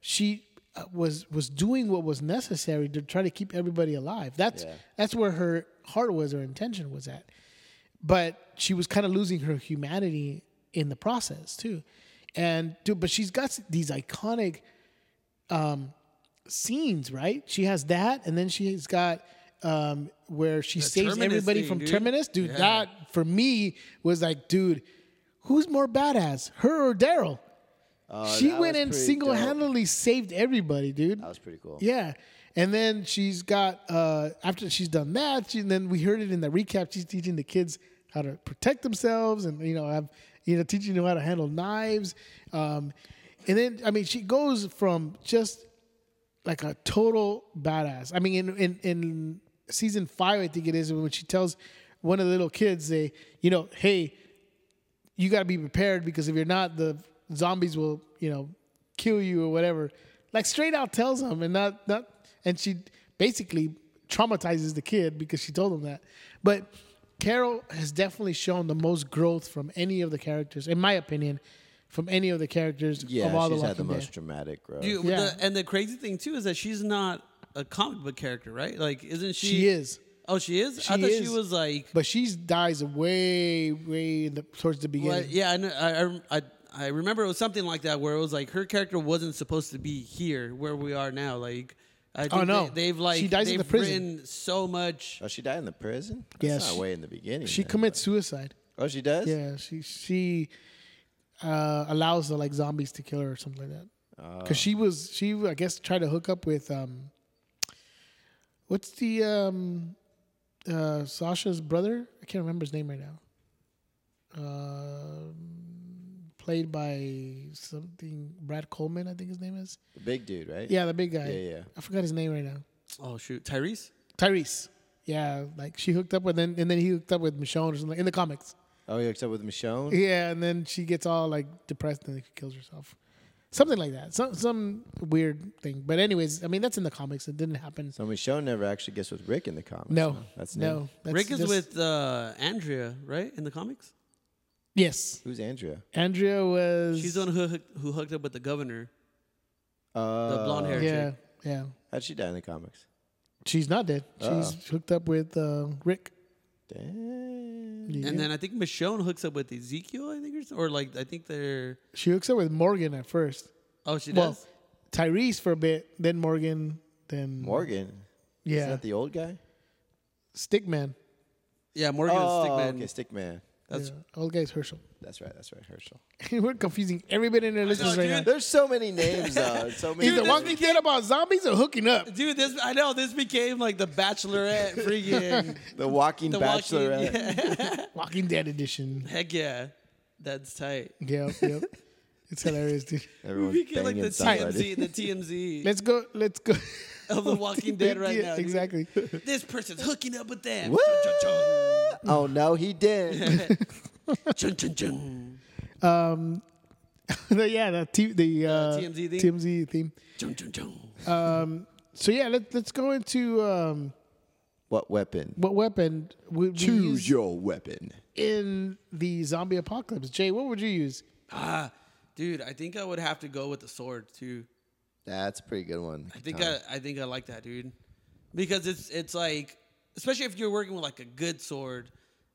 A: she uh, was was doing what was necessary to try to keep everybody alive. That's that's where her heart was, her intention was at but she was kind of losing her humanity in the process too. And dude, but she's got these iconic um, scenes, right? She has that, and then she's got um, where she saves
B: Terminus
A: everybody
B: thing,
A: from
B: dude.
A: Terminus. Dude,
B: Yeah.
A: that for me was like, dude, who's more badass, her or Daryl? she
C: Oh, that
A: went
C: was
A: and
C: pretty
A: single handedly saved everybody, dude.
C: That was pretty cool.
A: Yeah. And then she's got uh, after she's done that, she, and then we heard it in the recap. She's teaching the kids how to protect themselves, and you know, have you know, teaching them how to handle knives. Um, and then, I mean, she goes from just like a total badass. I mean, in in, in season five, I think it is when she tells one of the little kids, they, you know, hey, you got to be prepared because if you're not, the zombies will, you know, kill you or whatever. Like straight out tells him, and not not, and she basically traumatizes the kid because she told him that. But Carol has definitely shown the most growth from any of the characters, in my opinion, from any of the characters of
C: Yeah,
A: all
C: she's
A: the
C: had the
A: Walking
C: most
A: Dead.
C: dramatic growth.
B: Dude,
A: Yeah.
B: the, and the crazy thing too is that she's not a comic book character, right? Like, isn't she?
A: She is.
B: Oh, she is.
A: She
B: I thought
A: is.
B: she was like.
A: But she dies way, way in the, towards the beginning.
B: Well, yeah, I, know, I, I I remember it was something like that where it was like her character wasn't supposed to be here where we are now. Like, I think
A: Oh, no.
B: they, have like
A: She dies in
B: they've
A: the prison. Uh,
B: written so much.
C: oh, she died in the prison.
A: Yeah,
C: That's
A: she-
C: not way in the beginning.
A: She
C: man.
A: commits suicide.
C: Oh, she does.
A: Yeah, she she uh, allows the like zombies to kill her or something like that.
C: Ah.
A: Because she was she I guess tried to hook up with um, what's the um, uh, Sasha's brother? I can't remember his name right now. Um played by something Brad Coleman, I think his name is.
C: The big dude, right?
A: Yeah, the big guy.
C: Yeah, yeah.
A: I forgot his name right now.
B: Oh shoot, Tyrese.
A: Tyrese. Yeah, like she hooked up with then and then he hooked up with Michonne or something in the comics.
C: Oh, he hooks up with Michonne.
A: Yeah, and then she gets all like depressed and she kills herself. Something like that. Some some weird thing. But anyways, I mean that's in the comics. It didn't happen.
C: So Michonne never actually gets with Rick in the comics.
A: No.
C: huh? that's new.
A: no. That's
B: Rick is
A: just-
B: with uh, Andrea, right? In the comics,
A: Yes.
C: Who's Andrea?
A: Andrea was
B: she's the one who hooked- who hooked up with the governor,
C: Uh,
B: the blonde hair
A: Yeah.
B: chick.
A: Yeah.
C: how'd she die in the comics?
A: She's not dead. She's
C: Oh.
A: hooked up with uh, Rick.
C: Damn.
A: Yeah.
B: And then I think Michonne hooks up with Ezekiel, I think, or, s- or like I think they're.
A: she hooks up with Morgan at first.
B: Oh, she
A: Well,
B: does.
A: Tyrese for a bit, then Morgan, then
C: Morgan. Is
A: Yeah.
C: that the old guy?
A: Stickman.
B: Yeah, Morgan and
C: oh,
B: Stickman.
C: okay, Stickman.
A: That's old guy's Herschel.
C: That's right. That's right. Herschel.
A: We're confusing everybody in their listeners right now.
C: There's so many names though. So many.
A: Either
C: names.
A: Walking Dead about zombies or hooking up.
B: Dude, this I know this became like the Bachelorette freaking
C: the Walking
B: the walking-
C: Bachelorette.
B: yeah.
A: Walking Dead edition.
B: Heck yeah, that's tight.
A: Yep, yep. it's hilarious, dude.
C: Everyone's
B: We get like
C: banging
B: the
C: somebody.
B: TMZ, the TMZ
A: Let's go. Let's go.
B: of the Walking Dead right
A: Yeah,
B: now. dude.
A: Exactly.
B: This person's hooking up with that.
C: What? Oh no, he did.
B: Chun, chun, chun.
A: The- yeah, the t- the uh,
B: TMZ theme?
A: TMZ theme.
B: Chun, chun, chun.
A: So yeah, let, let's go into um,
C: what weapon?
A: what weapon would we
C: Choose
A: use
C: your weapon.
A: in the zombie apocalypse. Jay, what would you use?
B: Ah, dude, I think I would have to go with the sword too.
C: That's a pretty good one.
B: I think I, I think I like that, dude, because it's it's like especially if you're working with like a good sword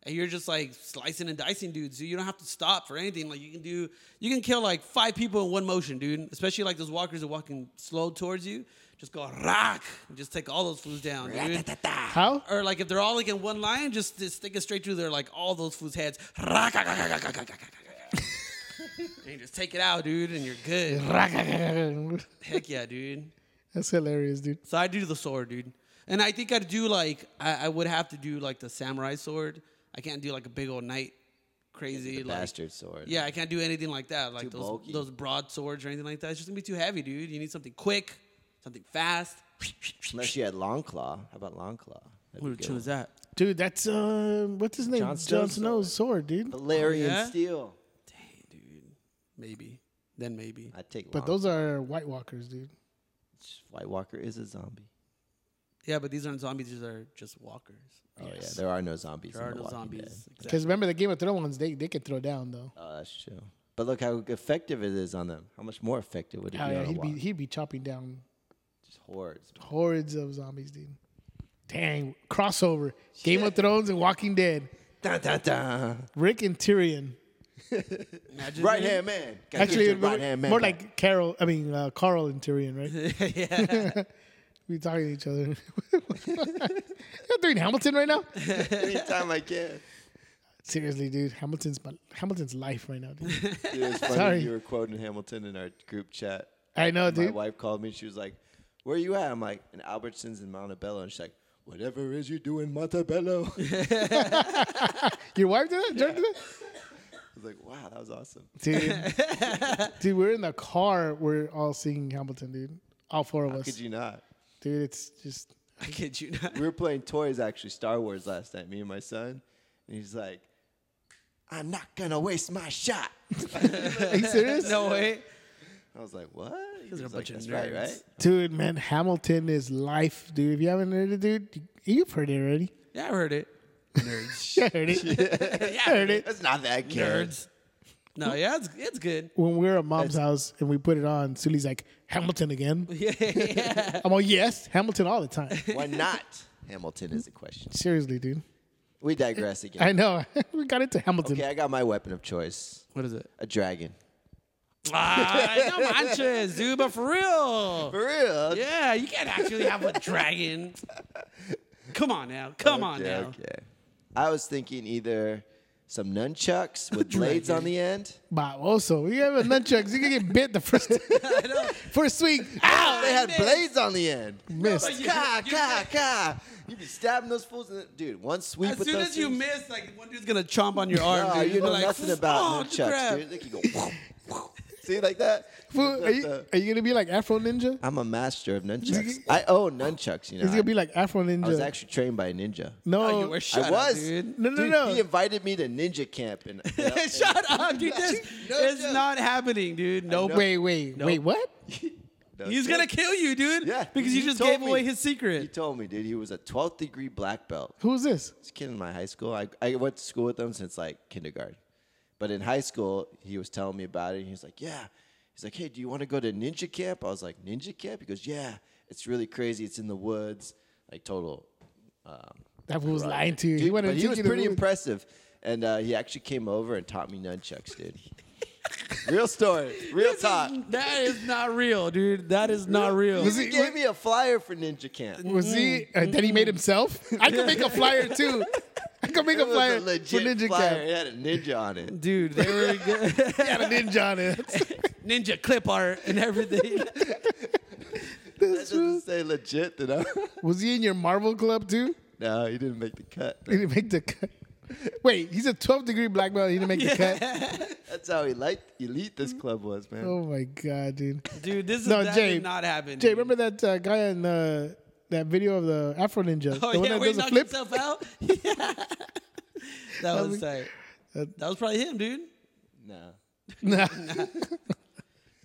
B: and you're just like slicing and dicing dudes, dude. You don't have to stop for anything. Like you can do, you can kill like five people in one motion, dude. Especially like those walkers are walking slow towards you. Just go rock and just take all those fools down, dude.
A: How?
B: Or like if they're all like in one line, just, just stick it straight through their like all those fools' heads. Rock, rock, rock, rock, rock, rock, rock, rock, rock. And you just take it out, dude, and you're good.
A: That's
B: Heck yeah, dude.
A: hilarious, dude.
B: So I do the sword, dude. And I think I'd do like I, I would have to do like the samurai sword. I can't do like a big old knight crazy
C: The
B: like
C: bastard sword.
B: Yeah, I can't do anything like that. Like
C: Too
B: those
C: bulky.
B: those broad swords or anything like that. It's just gonna be too heavy, dude. You need something quick, something fast.
C: Unless you had long claw. How about long claw? That'd be
B: Which
C: good.
B: one is that?
A: Dude, that's uh, what's his name?
C: Jon
A: John,
C: Snow's
A: Snow's sword, dude.
C: Valerian
B: Oh, yeah?
C: steel.
B: Dang, dude. Maybe. Then maybe.
C: I'd take.
A: But
C: long
A: those are White Walkers, dude.
C: White Walker is a zombie.
B: Yeah, but these aren't zombies, these are just walkers.
C: Oh yeah, there are no zombies.
B: There
C: in
B: are
C: The
B: no
C: Walking
B: zombies.
C: Dead.
B: Exactly.
A: Because remember the Game of Thrones, they they can throw down though.
C: Oh, that's true. But look how effective it is on them. How much more effective would it
A: Oh,
C: be
A: yeah,
C: on a
A: he'd be
C: walk?
A: he'd be chopping down
C: Just hordes.
A: hordes of zombies, dude. Dang, crossover. Game of Thrones and Walking Dead.
C: Dun, dun, dun.
A: Rick and Tyrion.
B: Imagine
C: Right
B: dude.
C: hand man. Got
A: Actually,
C: your
A: more,
C: right-hand man
A: more
C: guy.
A: like Carol. I mean, uh, Carl and Tyrion, right? we talking to each other. You're doing Hamilton right now?
C: anytime I can.
A: Seriously, dude. Hamilton's my, Hamilton's life right now, dude.
C: Dude, it's funny
A: Sorry.
C: you were quoting Hamilton in our group chat.
A: I know,
C: My
A: dude.
C: wife called me. and She was like, "Where you at?" I'm like, "In Albertsons in Montebello." And she's like, "Whatever is you do in Montebello?" I
A: Your wife did that? Jordan did that?
C: was like, "Wow, that was awesome."
A: Dude, dude, we're in the car. We're all singing Hamilton, dude. All four of
C: How
A: us.
C: could you not?
A: Dude, it's just
B: I kid you not.
C: We were playing toys actually, Star Wars last night. Me and my son, and he's like, "I'm not gonna waste my shot."
A: Are you serious?
B: No way.
C: I was like, "What?" He
B: are a
C: was
B: bunch of
C: "That's right,
B: nerds."
C: right?"
A: Dude, man, Hamilton is life, dude. If you haven't heard it, dude, you've heard it already.
B: Yeah, I heard it. Nerds.
A: Yeah, I heard it.
B: yeah, I heard it.
C: That's not that good.
B: Nerds. No, yeah, it's it's good.
A: When we were at mom's house and we put it on, Suli's like, Hamilton again? I'm all, yes, Hamilton all the time.
C: Why not? Hamilton is the question.
A: Seriously, dude.
C: We digress again.
A: I know. we got into Hamilton.
C: Okay, I got my weapon of choice:
B: What is it?
C: a dragon.
B: Ah, no manches, dude, but for real.
C: For real?
B: Yeah, you can't actually have a dragon. Come on now. Come on
C: Yeah,
B: now.
C: okay. I was thinking either some nunchucks with blades on the end.
A: But also, you have a nunchucks. You can get bit the first first week. Ah,
C: Ow! They had
B: miss.
C: blades on the end.
A: Missed.
B: but you-
C: Ka,
B: you
C: ka,
B: miss.
C: ka. You be stabbing those fools. In the, dude, one sweep
B: As
C: with
B: soon
C: those
B: as you
C: things.
B: miss, like one dude's gonna chomp on your arm.
C: Oh,
B: dude.
C: you know
B: like,
C: nothing about
B: "Oh,
C: nunchucks,
B: crap."
C: dude. They can go. See, like that?
A: Fool, Are you, are you going to be like Afro Ninja?
C: I'm a master of nunchucks. I own nunchucks, you know.
A: He's going to be like Afro
C: I was
A: Ninja.
C: actually trained by a ninja.
A: no.
B: Oh, you were shut
C: I
B: up,
C: was.
B: dude.
A: no, no,
C: Dude,
A: no.
C: He invited me to ninja camp. And,
B: Shut up, dude. This
C: No
B: is
C: joke.
B: not happening, dude. No
C: know.
A: Wait, wait,
B: Nope.
A: wait, what?
B: He's gonna kill you, dude.
C: Yeah,
B: Because you
C: he
B: just
C: told
B: gave
C: me.
B: away his
C: He
B: secret.
C: told me, dude, he was a 12th degree black belt.
A: Who's this?
C: This kid in my high school, I, I went to school with him since like kindergarten. But in high school, he was telling me about it. And he was like, Yeah. He's like, Hey, do you want to go to ninja camp? I was like, Ninja camp? He goes, Yeah, it's really crazy. It's in the woods. Like, total. Um,
A: That fool was
C: Right.
A: lying to you.
C: Dude,
A: wanted
C: but
A: to
C: he
A: take
C: was
A: you to
C: pretty
A: the-
C: impressive, and uh, he actually came over and taught me nunchucks, dude. real story, real talk.
B: That is not real, dude. That is not real.
C: He gave me a flyer for ninja camp.
A: Was he uh, that he made himself? I could make a flyer too. I could make a
C: It was
A: flyer
C: a
A: for
C: legit
A: Ninja
C: flyer.
A: Cap.
C: It had a ninja on it.
B: Dude, they were good.
A: Got a ninja on it.
B: ninja clip art and everything.
C: That doesn't say legit, did I?
A: Was he in your Marvel club too?
C: no, he didn't make the cut.
A: He didn't make the cut. Wait, he's a 12 degree black belt. He didn't make the cut.
C: That's how elite, elite this club was, man.
A: Oh my god, dude.
B: Dude, this is
A: No,
B: that
A: Jay.
B: did not happen.
A: Jay,
B: dude.
A: remember that uh, guy in uh, that video of the Afro Ninja,
B: Oh
A: the one
B: yeah,
A: that
B: where he
A: does a
B: knocked
A: flip?
B: himself out. Yeah. That was
A: was-
B: tight.
A: uh,
B: That was probably him, dude.
C: No.
A: Nah.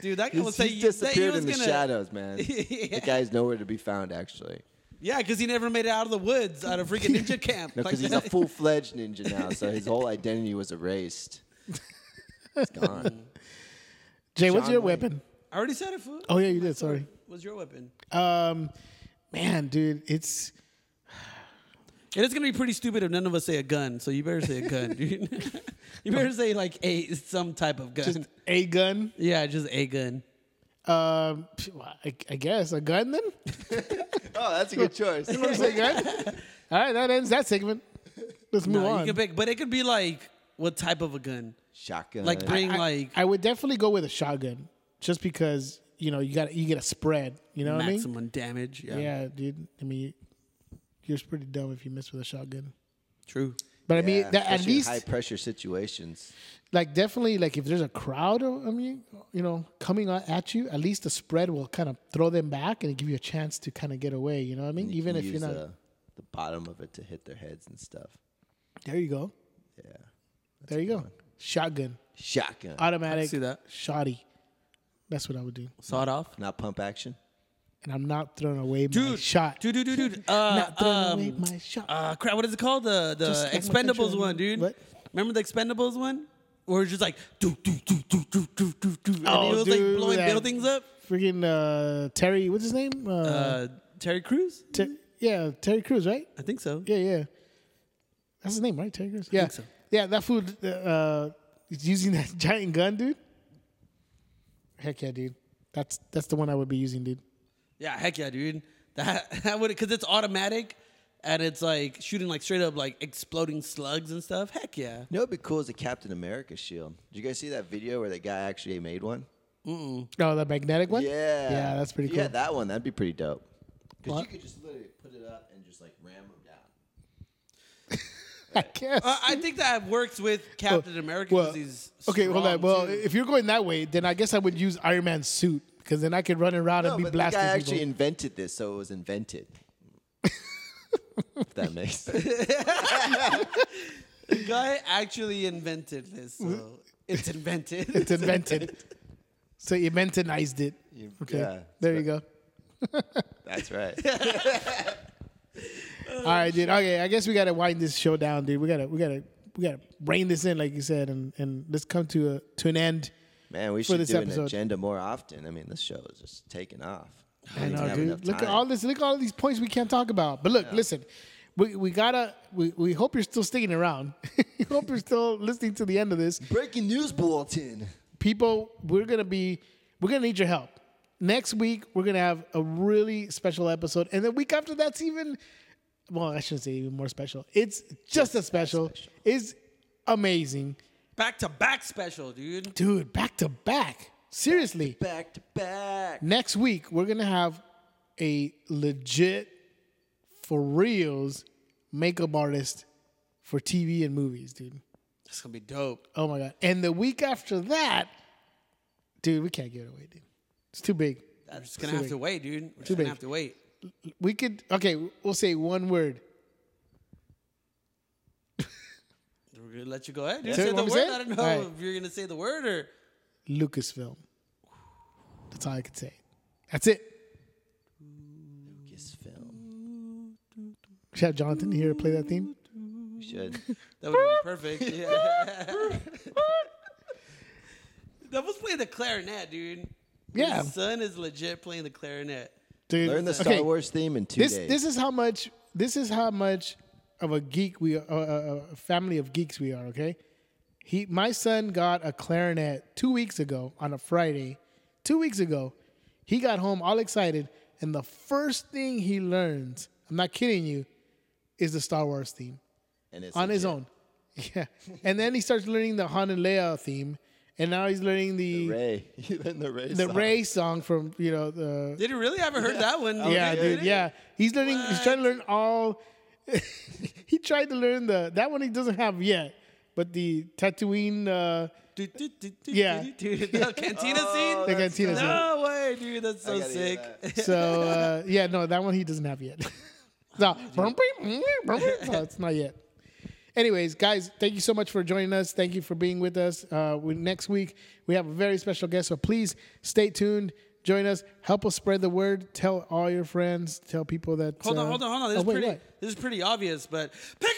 B: Dude, that guy
C: He's,
B: was saying
C: he's
B: that he
C: disappeared
B: was
C: in the
B: gonna,
C: shadows, man. The guy's nowhere to be found, actually.
B: Yeah, because he never made it out of the woods, out of freaking ninja camp.
C: No,
B: Like
C: because he's a
B: that.
C: full fledged ninja now, so his whole identity was erased. It's gone.
A: Jay, what's
C: John
A: your
C: Wayne.
A: weapon?
B: I already said it, fool.
A: Oh yeah, you did. Sorry.
B: What's your weapon?
A: Um, man, dude, it's
B: And it's gonna be pretty stupid if none of us say a gun. So you better say a gun, dude. you better say like a some type of gun.
A: just a gun.
B: yeah, just a gun.
A: Um, phew, I, I guess a gun then.
C: Oh, that's a good choice.
A: You wanna say gun? All right, that ends that segment. Let's move
B: No, you
A: on.
B: can pick, but it could be like what type of a gun?
C: shotgun.
B: Like bring
A: I-
B: like
A: I would definitely go with a shotgun, just because you know you got you get a spread. You know
B: maximum damage. Yeah.
A: what I mean? Yeah, dude. I mean, you're pretty dumb if you miss with a shotgun.
B: True.
A: But I
C: Yeah,
A: mean, that, at
C: especially in
A: least
C: high pressure situations.
A: like definitely like if there's a crowd uh, i mean you know coming on- at you at least the spread will kind of throw them back and give you a chance to kind of get away you know what i mean
C: You
A: even
C: can
A: if you're
C: use
A: not
C: the, the bottom of it to hit their heads and stuff.
A: there you go
C: Yeah,
A: there you go shotgun
C: shotgun,
A: automatic
B: see that.
A: shoddy that's what i would do
B: Sawed off.
C: not pump action.
A: and i'm not throwing away my
B: Dude.
A: shot
B: Dude, dude, dude, dude. Uh,
A: not throwing away
B: um,
A: my shot
B: uh, crap. What is it called? The
A: Just
B: the
A: like my
B: Expendables
A: control.
B: one, dude.
A: What?
B: Remember the Expendables one? Where it's just like do do do do do do do do, and
A: Oh,
B: it was
A: dude,
B: like blowing
A: that-
B: buildings up.
A: freaking uh terry what's his name uh,
B: Uh, Terry Crews,
A: Ter- yeah terry Crews, right
B: I think so.
A: Yeah, yeah. That's his name, right? Terry Crews. Yeah,
B: think so.
A: yeah. That food uh, uh, is using that giant gun, dude. Heck yeah, dude. That's that's the one I would be using, dude.
B: Yeah, heck yeah, dude. That that would because it's automatic and it's like shooting like straight up like exploding slugs and stuff. Heck yeah.
C: You know what'd be cool is a Captain America shield. Did you guys see that video where that guy actually made one?
A: Oh, the magnetic one.
C: Yeah,
A: yeah, that's pretty
C: If
A: cool.
C: you had that one, that'd be pretty dope. Because you
A: What?
C: could just literally put it up and just like ram them down.
A: I guess.
B: Uh, I think that works with Captain America. 'cause
A: Well,
B: he's
A: okay, hold
B: strong,
A: on. Well,
B: too.
A: if you're going that way, then I guess I would use Iron Man's suit because then I could run around
C: no,
A: and be
C: but the guy
A: blasting people.
C: actually invented this, so it was invented. if that makes sense.
B: the guy actually invented this, so it's invented.
A: Mm-hmm. it's invented. so you mentonized it.
C: You-
A: Okay,
C: yeah,
A: there you go.
C: That's right.
A: All right, dude. Okay, I guess we gotta wind this show down, dude. We gotta, we gotta, we gotta rein this in, like you said, and and let's come to a to an end.
C: Man, we
A: For
C: should
A: this
C: do an
A: episode.
C: agenda more often. I mean, this show is just taking off. We
A: I
C: didn't
A: know,
C: have enough
A: dude. Look at
C: time.
A: all this. Look at all these points we can't talk about. But look, listen, we we gotta. We, we hope you're still sticking around. we hope you're still listening to the end of this.
C: Breaking news bulletin.
A: people we're gonna be we're gonna need your help next week we're gonna have a really special episode and the week after that's even well i shouldn't say even more special it's just, as special. it's amazing
B: back to back special, dude.
A: dude back to back seriously
C: Back to back.
A: next week we're gonna have a legit for reals makeup artist for tv and movies dude
B: It's gonna be dope.
A: Oh my god! And the week after that, dude, we can't give it away, dude. It's too big.
B: We're just gonna have to wait, dude. We're just
A: big.
B: gonna have to wait.
A: We could okay. We'll say one word.
B: We're gonna let you go ahead. dude.
A: Say
B: Say
A: what
B: the
A: we
B: word.
A: said?
B: I don't know
A: All right.
B: if you're gonna say the word or
A: Lucasfilm. That's all I could say. That's it.
C: This film.
A: Should have Jonathan here play that theme.
C: We should.
B: that would be perfect. Yeah. that was playing the clarinet, dude.
A: Yeah,
B: His son is legit playing the clarinet.
A: dude.
C: Learn the Star
A: Okay,
C: Wars theme in two
A: This
C: days.
A: this is how much this is how much of a geek we are, uh, uh, a family of geeks we are. Okay, he my son got a clarinet two weeks ago on a Friday. Two weeks ago, he got home all excited, and the first thing he learns, I'm not kidding you, is the Star Wars theme
C: and it's
A: on his
C: legit.
A: own. Yeah, and then he starts learning the Han and Leia theme, and now he's learning the the
C: Ray. Even the Ray.
A: Ray,
C: song.
A: song from you know the
B: Did it really? I haven't heard that one.
A: yeah,
B: Okay,
A: dude.
B: did it?
A: Yeah, he's learning. He's trying to learn all. he tried to learn the that one he doesn't have yet, but the Tatooine. Uh,
B: Do, do, do, do,
A: Yeah. Oh,
B: do, do, do. The cantina scene?
A: the cantina scene.
B: No way, dude. That's so
C: gotta hear
B: sick.
A: So uh, yeah, no, that one he doesn't have yet. no, no, it's not yet. Anyways, guys, thank you so much for joining us. Thank you for being with us. Uh, we, next week we have a very special guest, so please stay tuned. Join us. Help us spread the word. Tell all your friends. Tell people that.
B: Hold on,
A: uh,
B: hold on, hold on. This
A: oh,
B: is
A: wait,
B: pretty
A: what?
B: this is pretty obvious, but pick of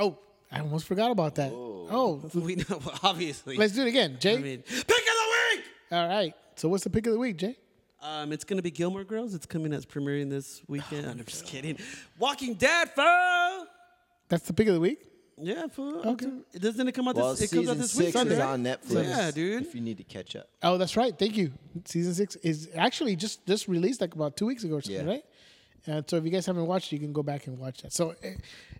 A: Oh, I almost forgot about that. Oh,
B: the week. We know well, obviously.
A: Let's do it again, Jay.
B: I mean, pick of the week.
A: All right. So what's the pick of the week, Jay?
B: Um, it's gonna be Gilmore Girls. It's coming as premiering this weekend.
A: Oh,
B: I'm just kidding. Walking Dead, fool.
A: That's the pick of the week.
B: Yeah, fool.
A: Okay.
B: It doesn't it come out
C: Well,
B: this? It
C: season
B: comes out this
C: six
B: weekend,
C: is
B: right?
C: on Netflix.
B: Yeah, dude.
C: If you need to catch up.
A: Oh, that's right. Thank you. Season six is actually just just released like about two weeks ago or something,
C: Yeah.
A: right? And so if you guys haven't watched, it, you can go back and watch that. So eh,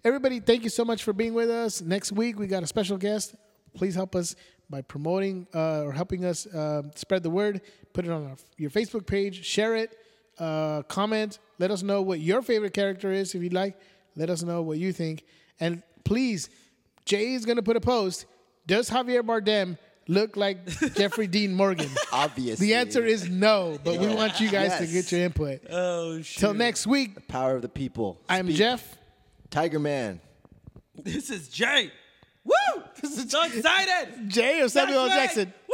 A: everybody, thank you so much for being with us. Next week we got a special guest. Please help us by promoting uh, or helping us uh, spread the word. Put it on our, your Facebook page, share it, uh, comment. Let us know what your favorite character is if you'd like. Let us know what you think. And please, Jay is going to put a post. Does Javier Bardem look like Jeffrey Dean Morgan?
C: Obviously.
A: The answer is no, but we want you guys to
C: Yes.
A: get your input.
B: Oh shit!
A: Till next week,
C: Power of the people.
A: I'm
C: Speak.
A: Jeff.
C: Tiger Man.
B: This is Jay. Woo! so excited.
A: Jay or Samuel L.
B: That's right.
A: Jackson?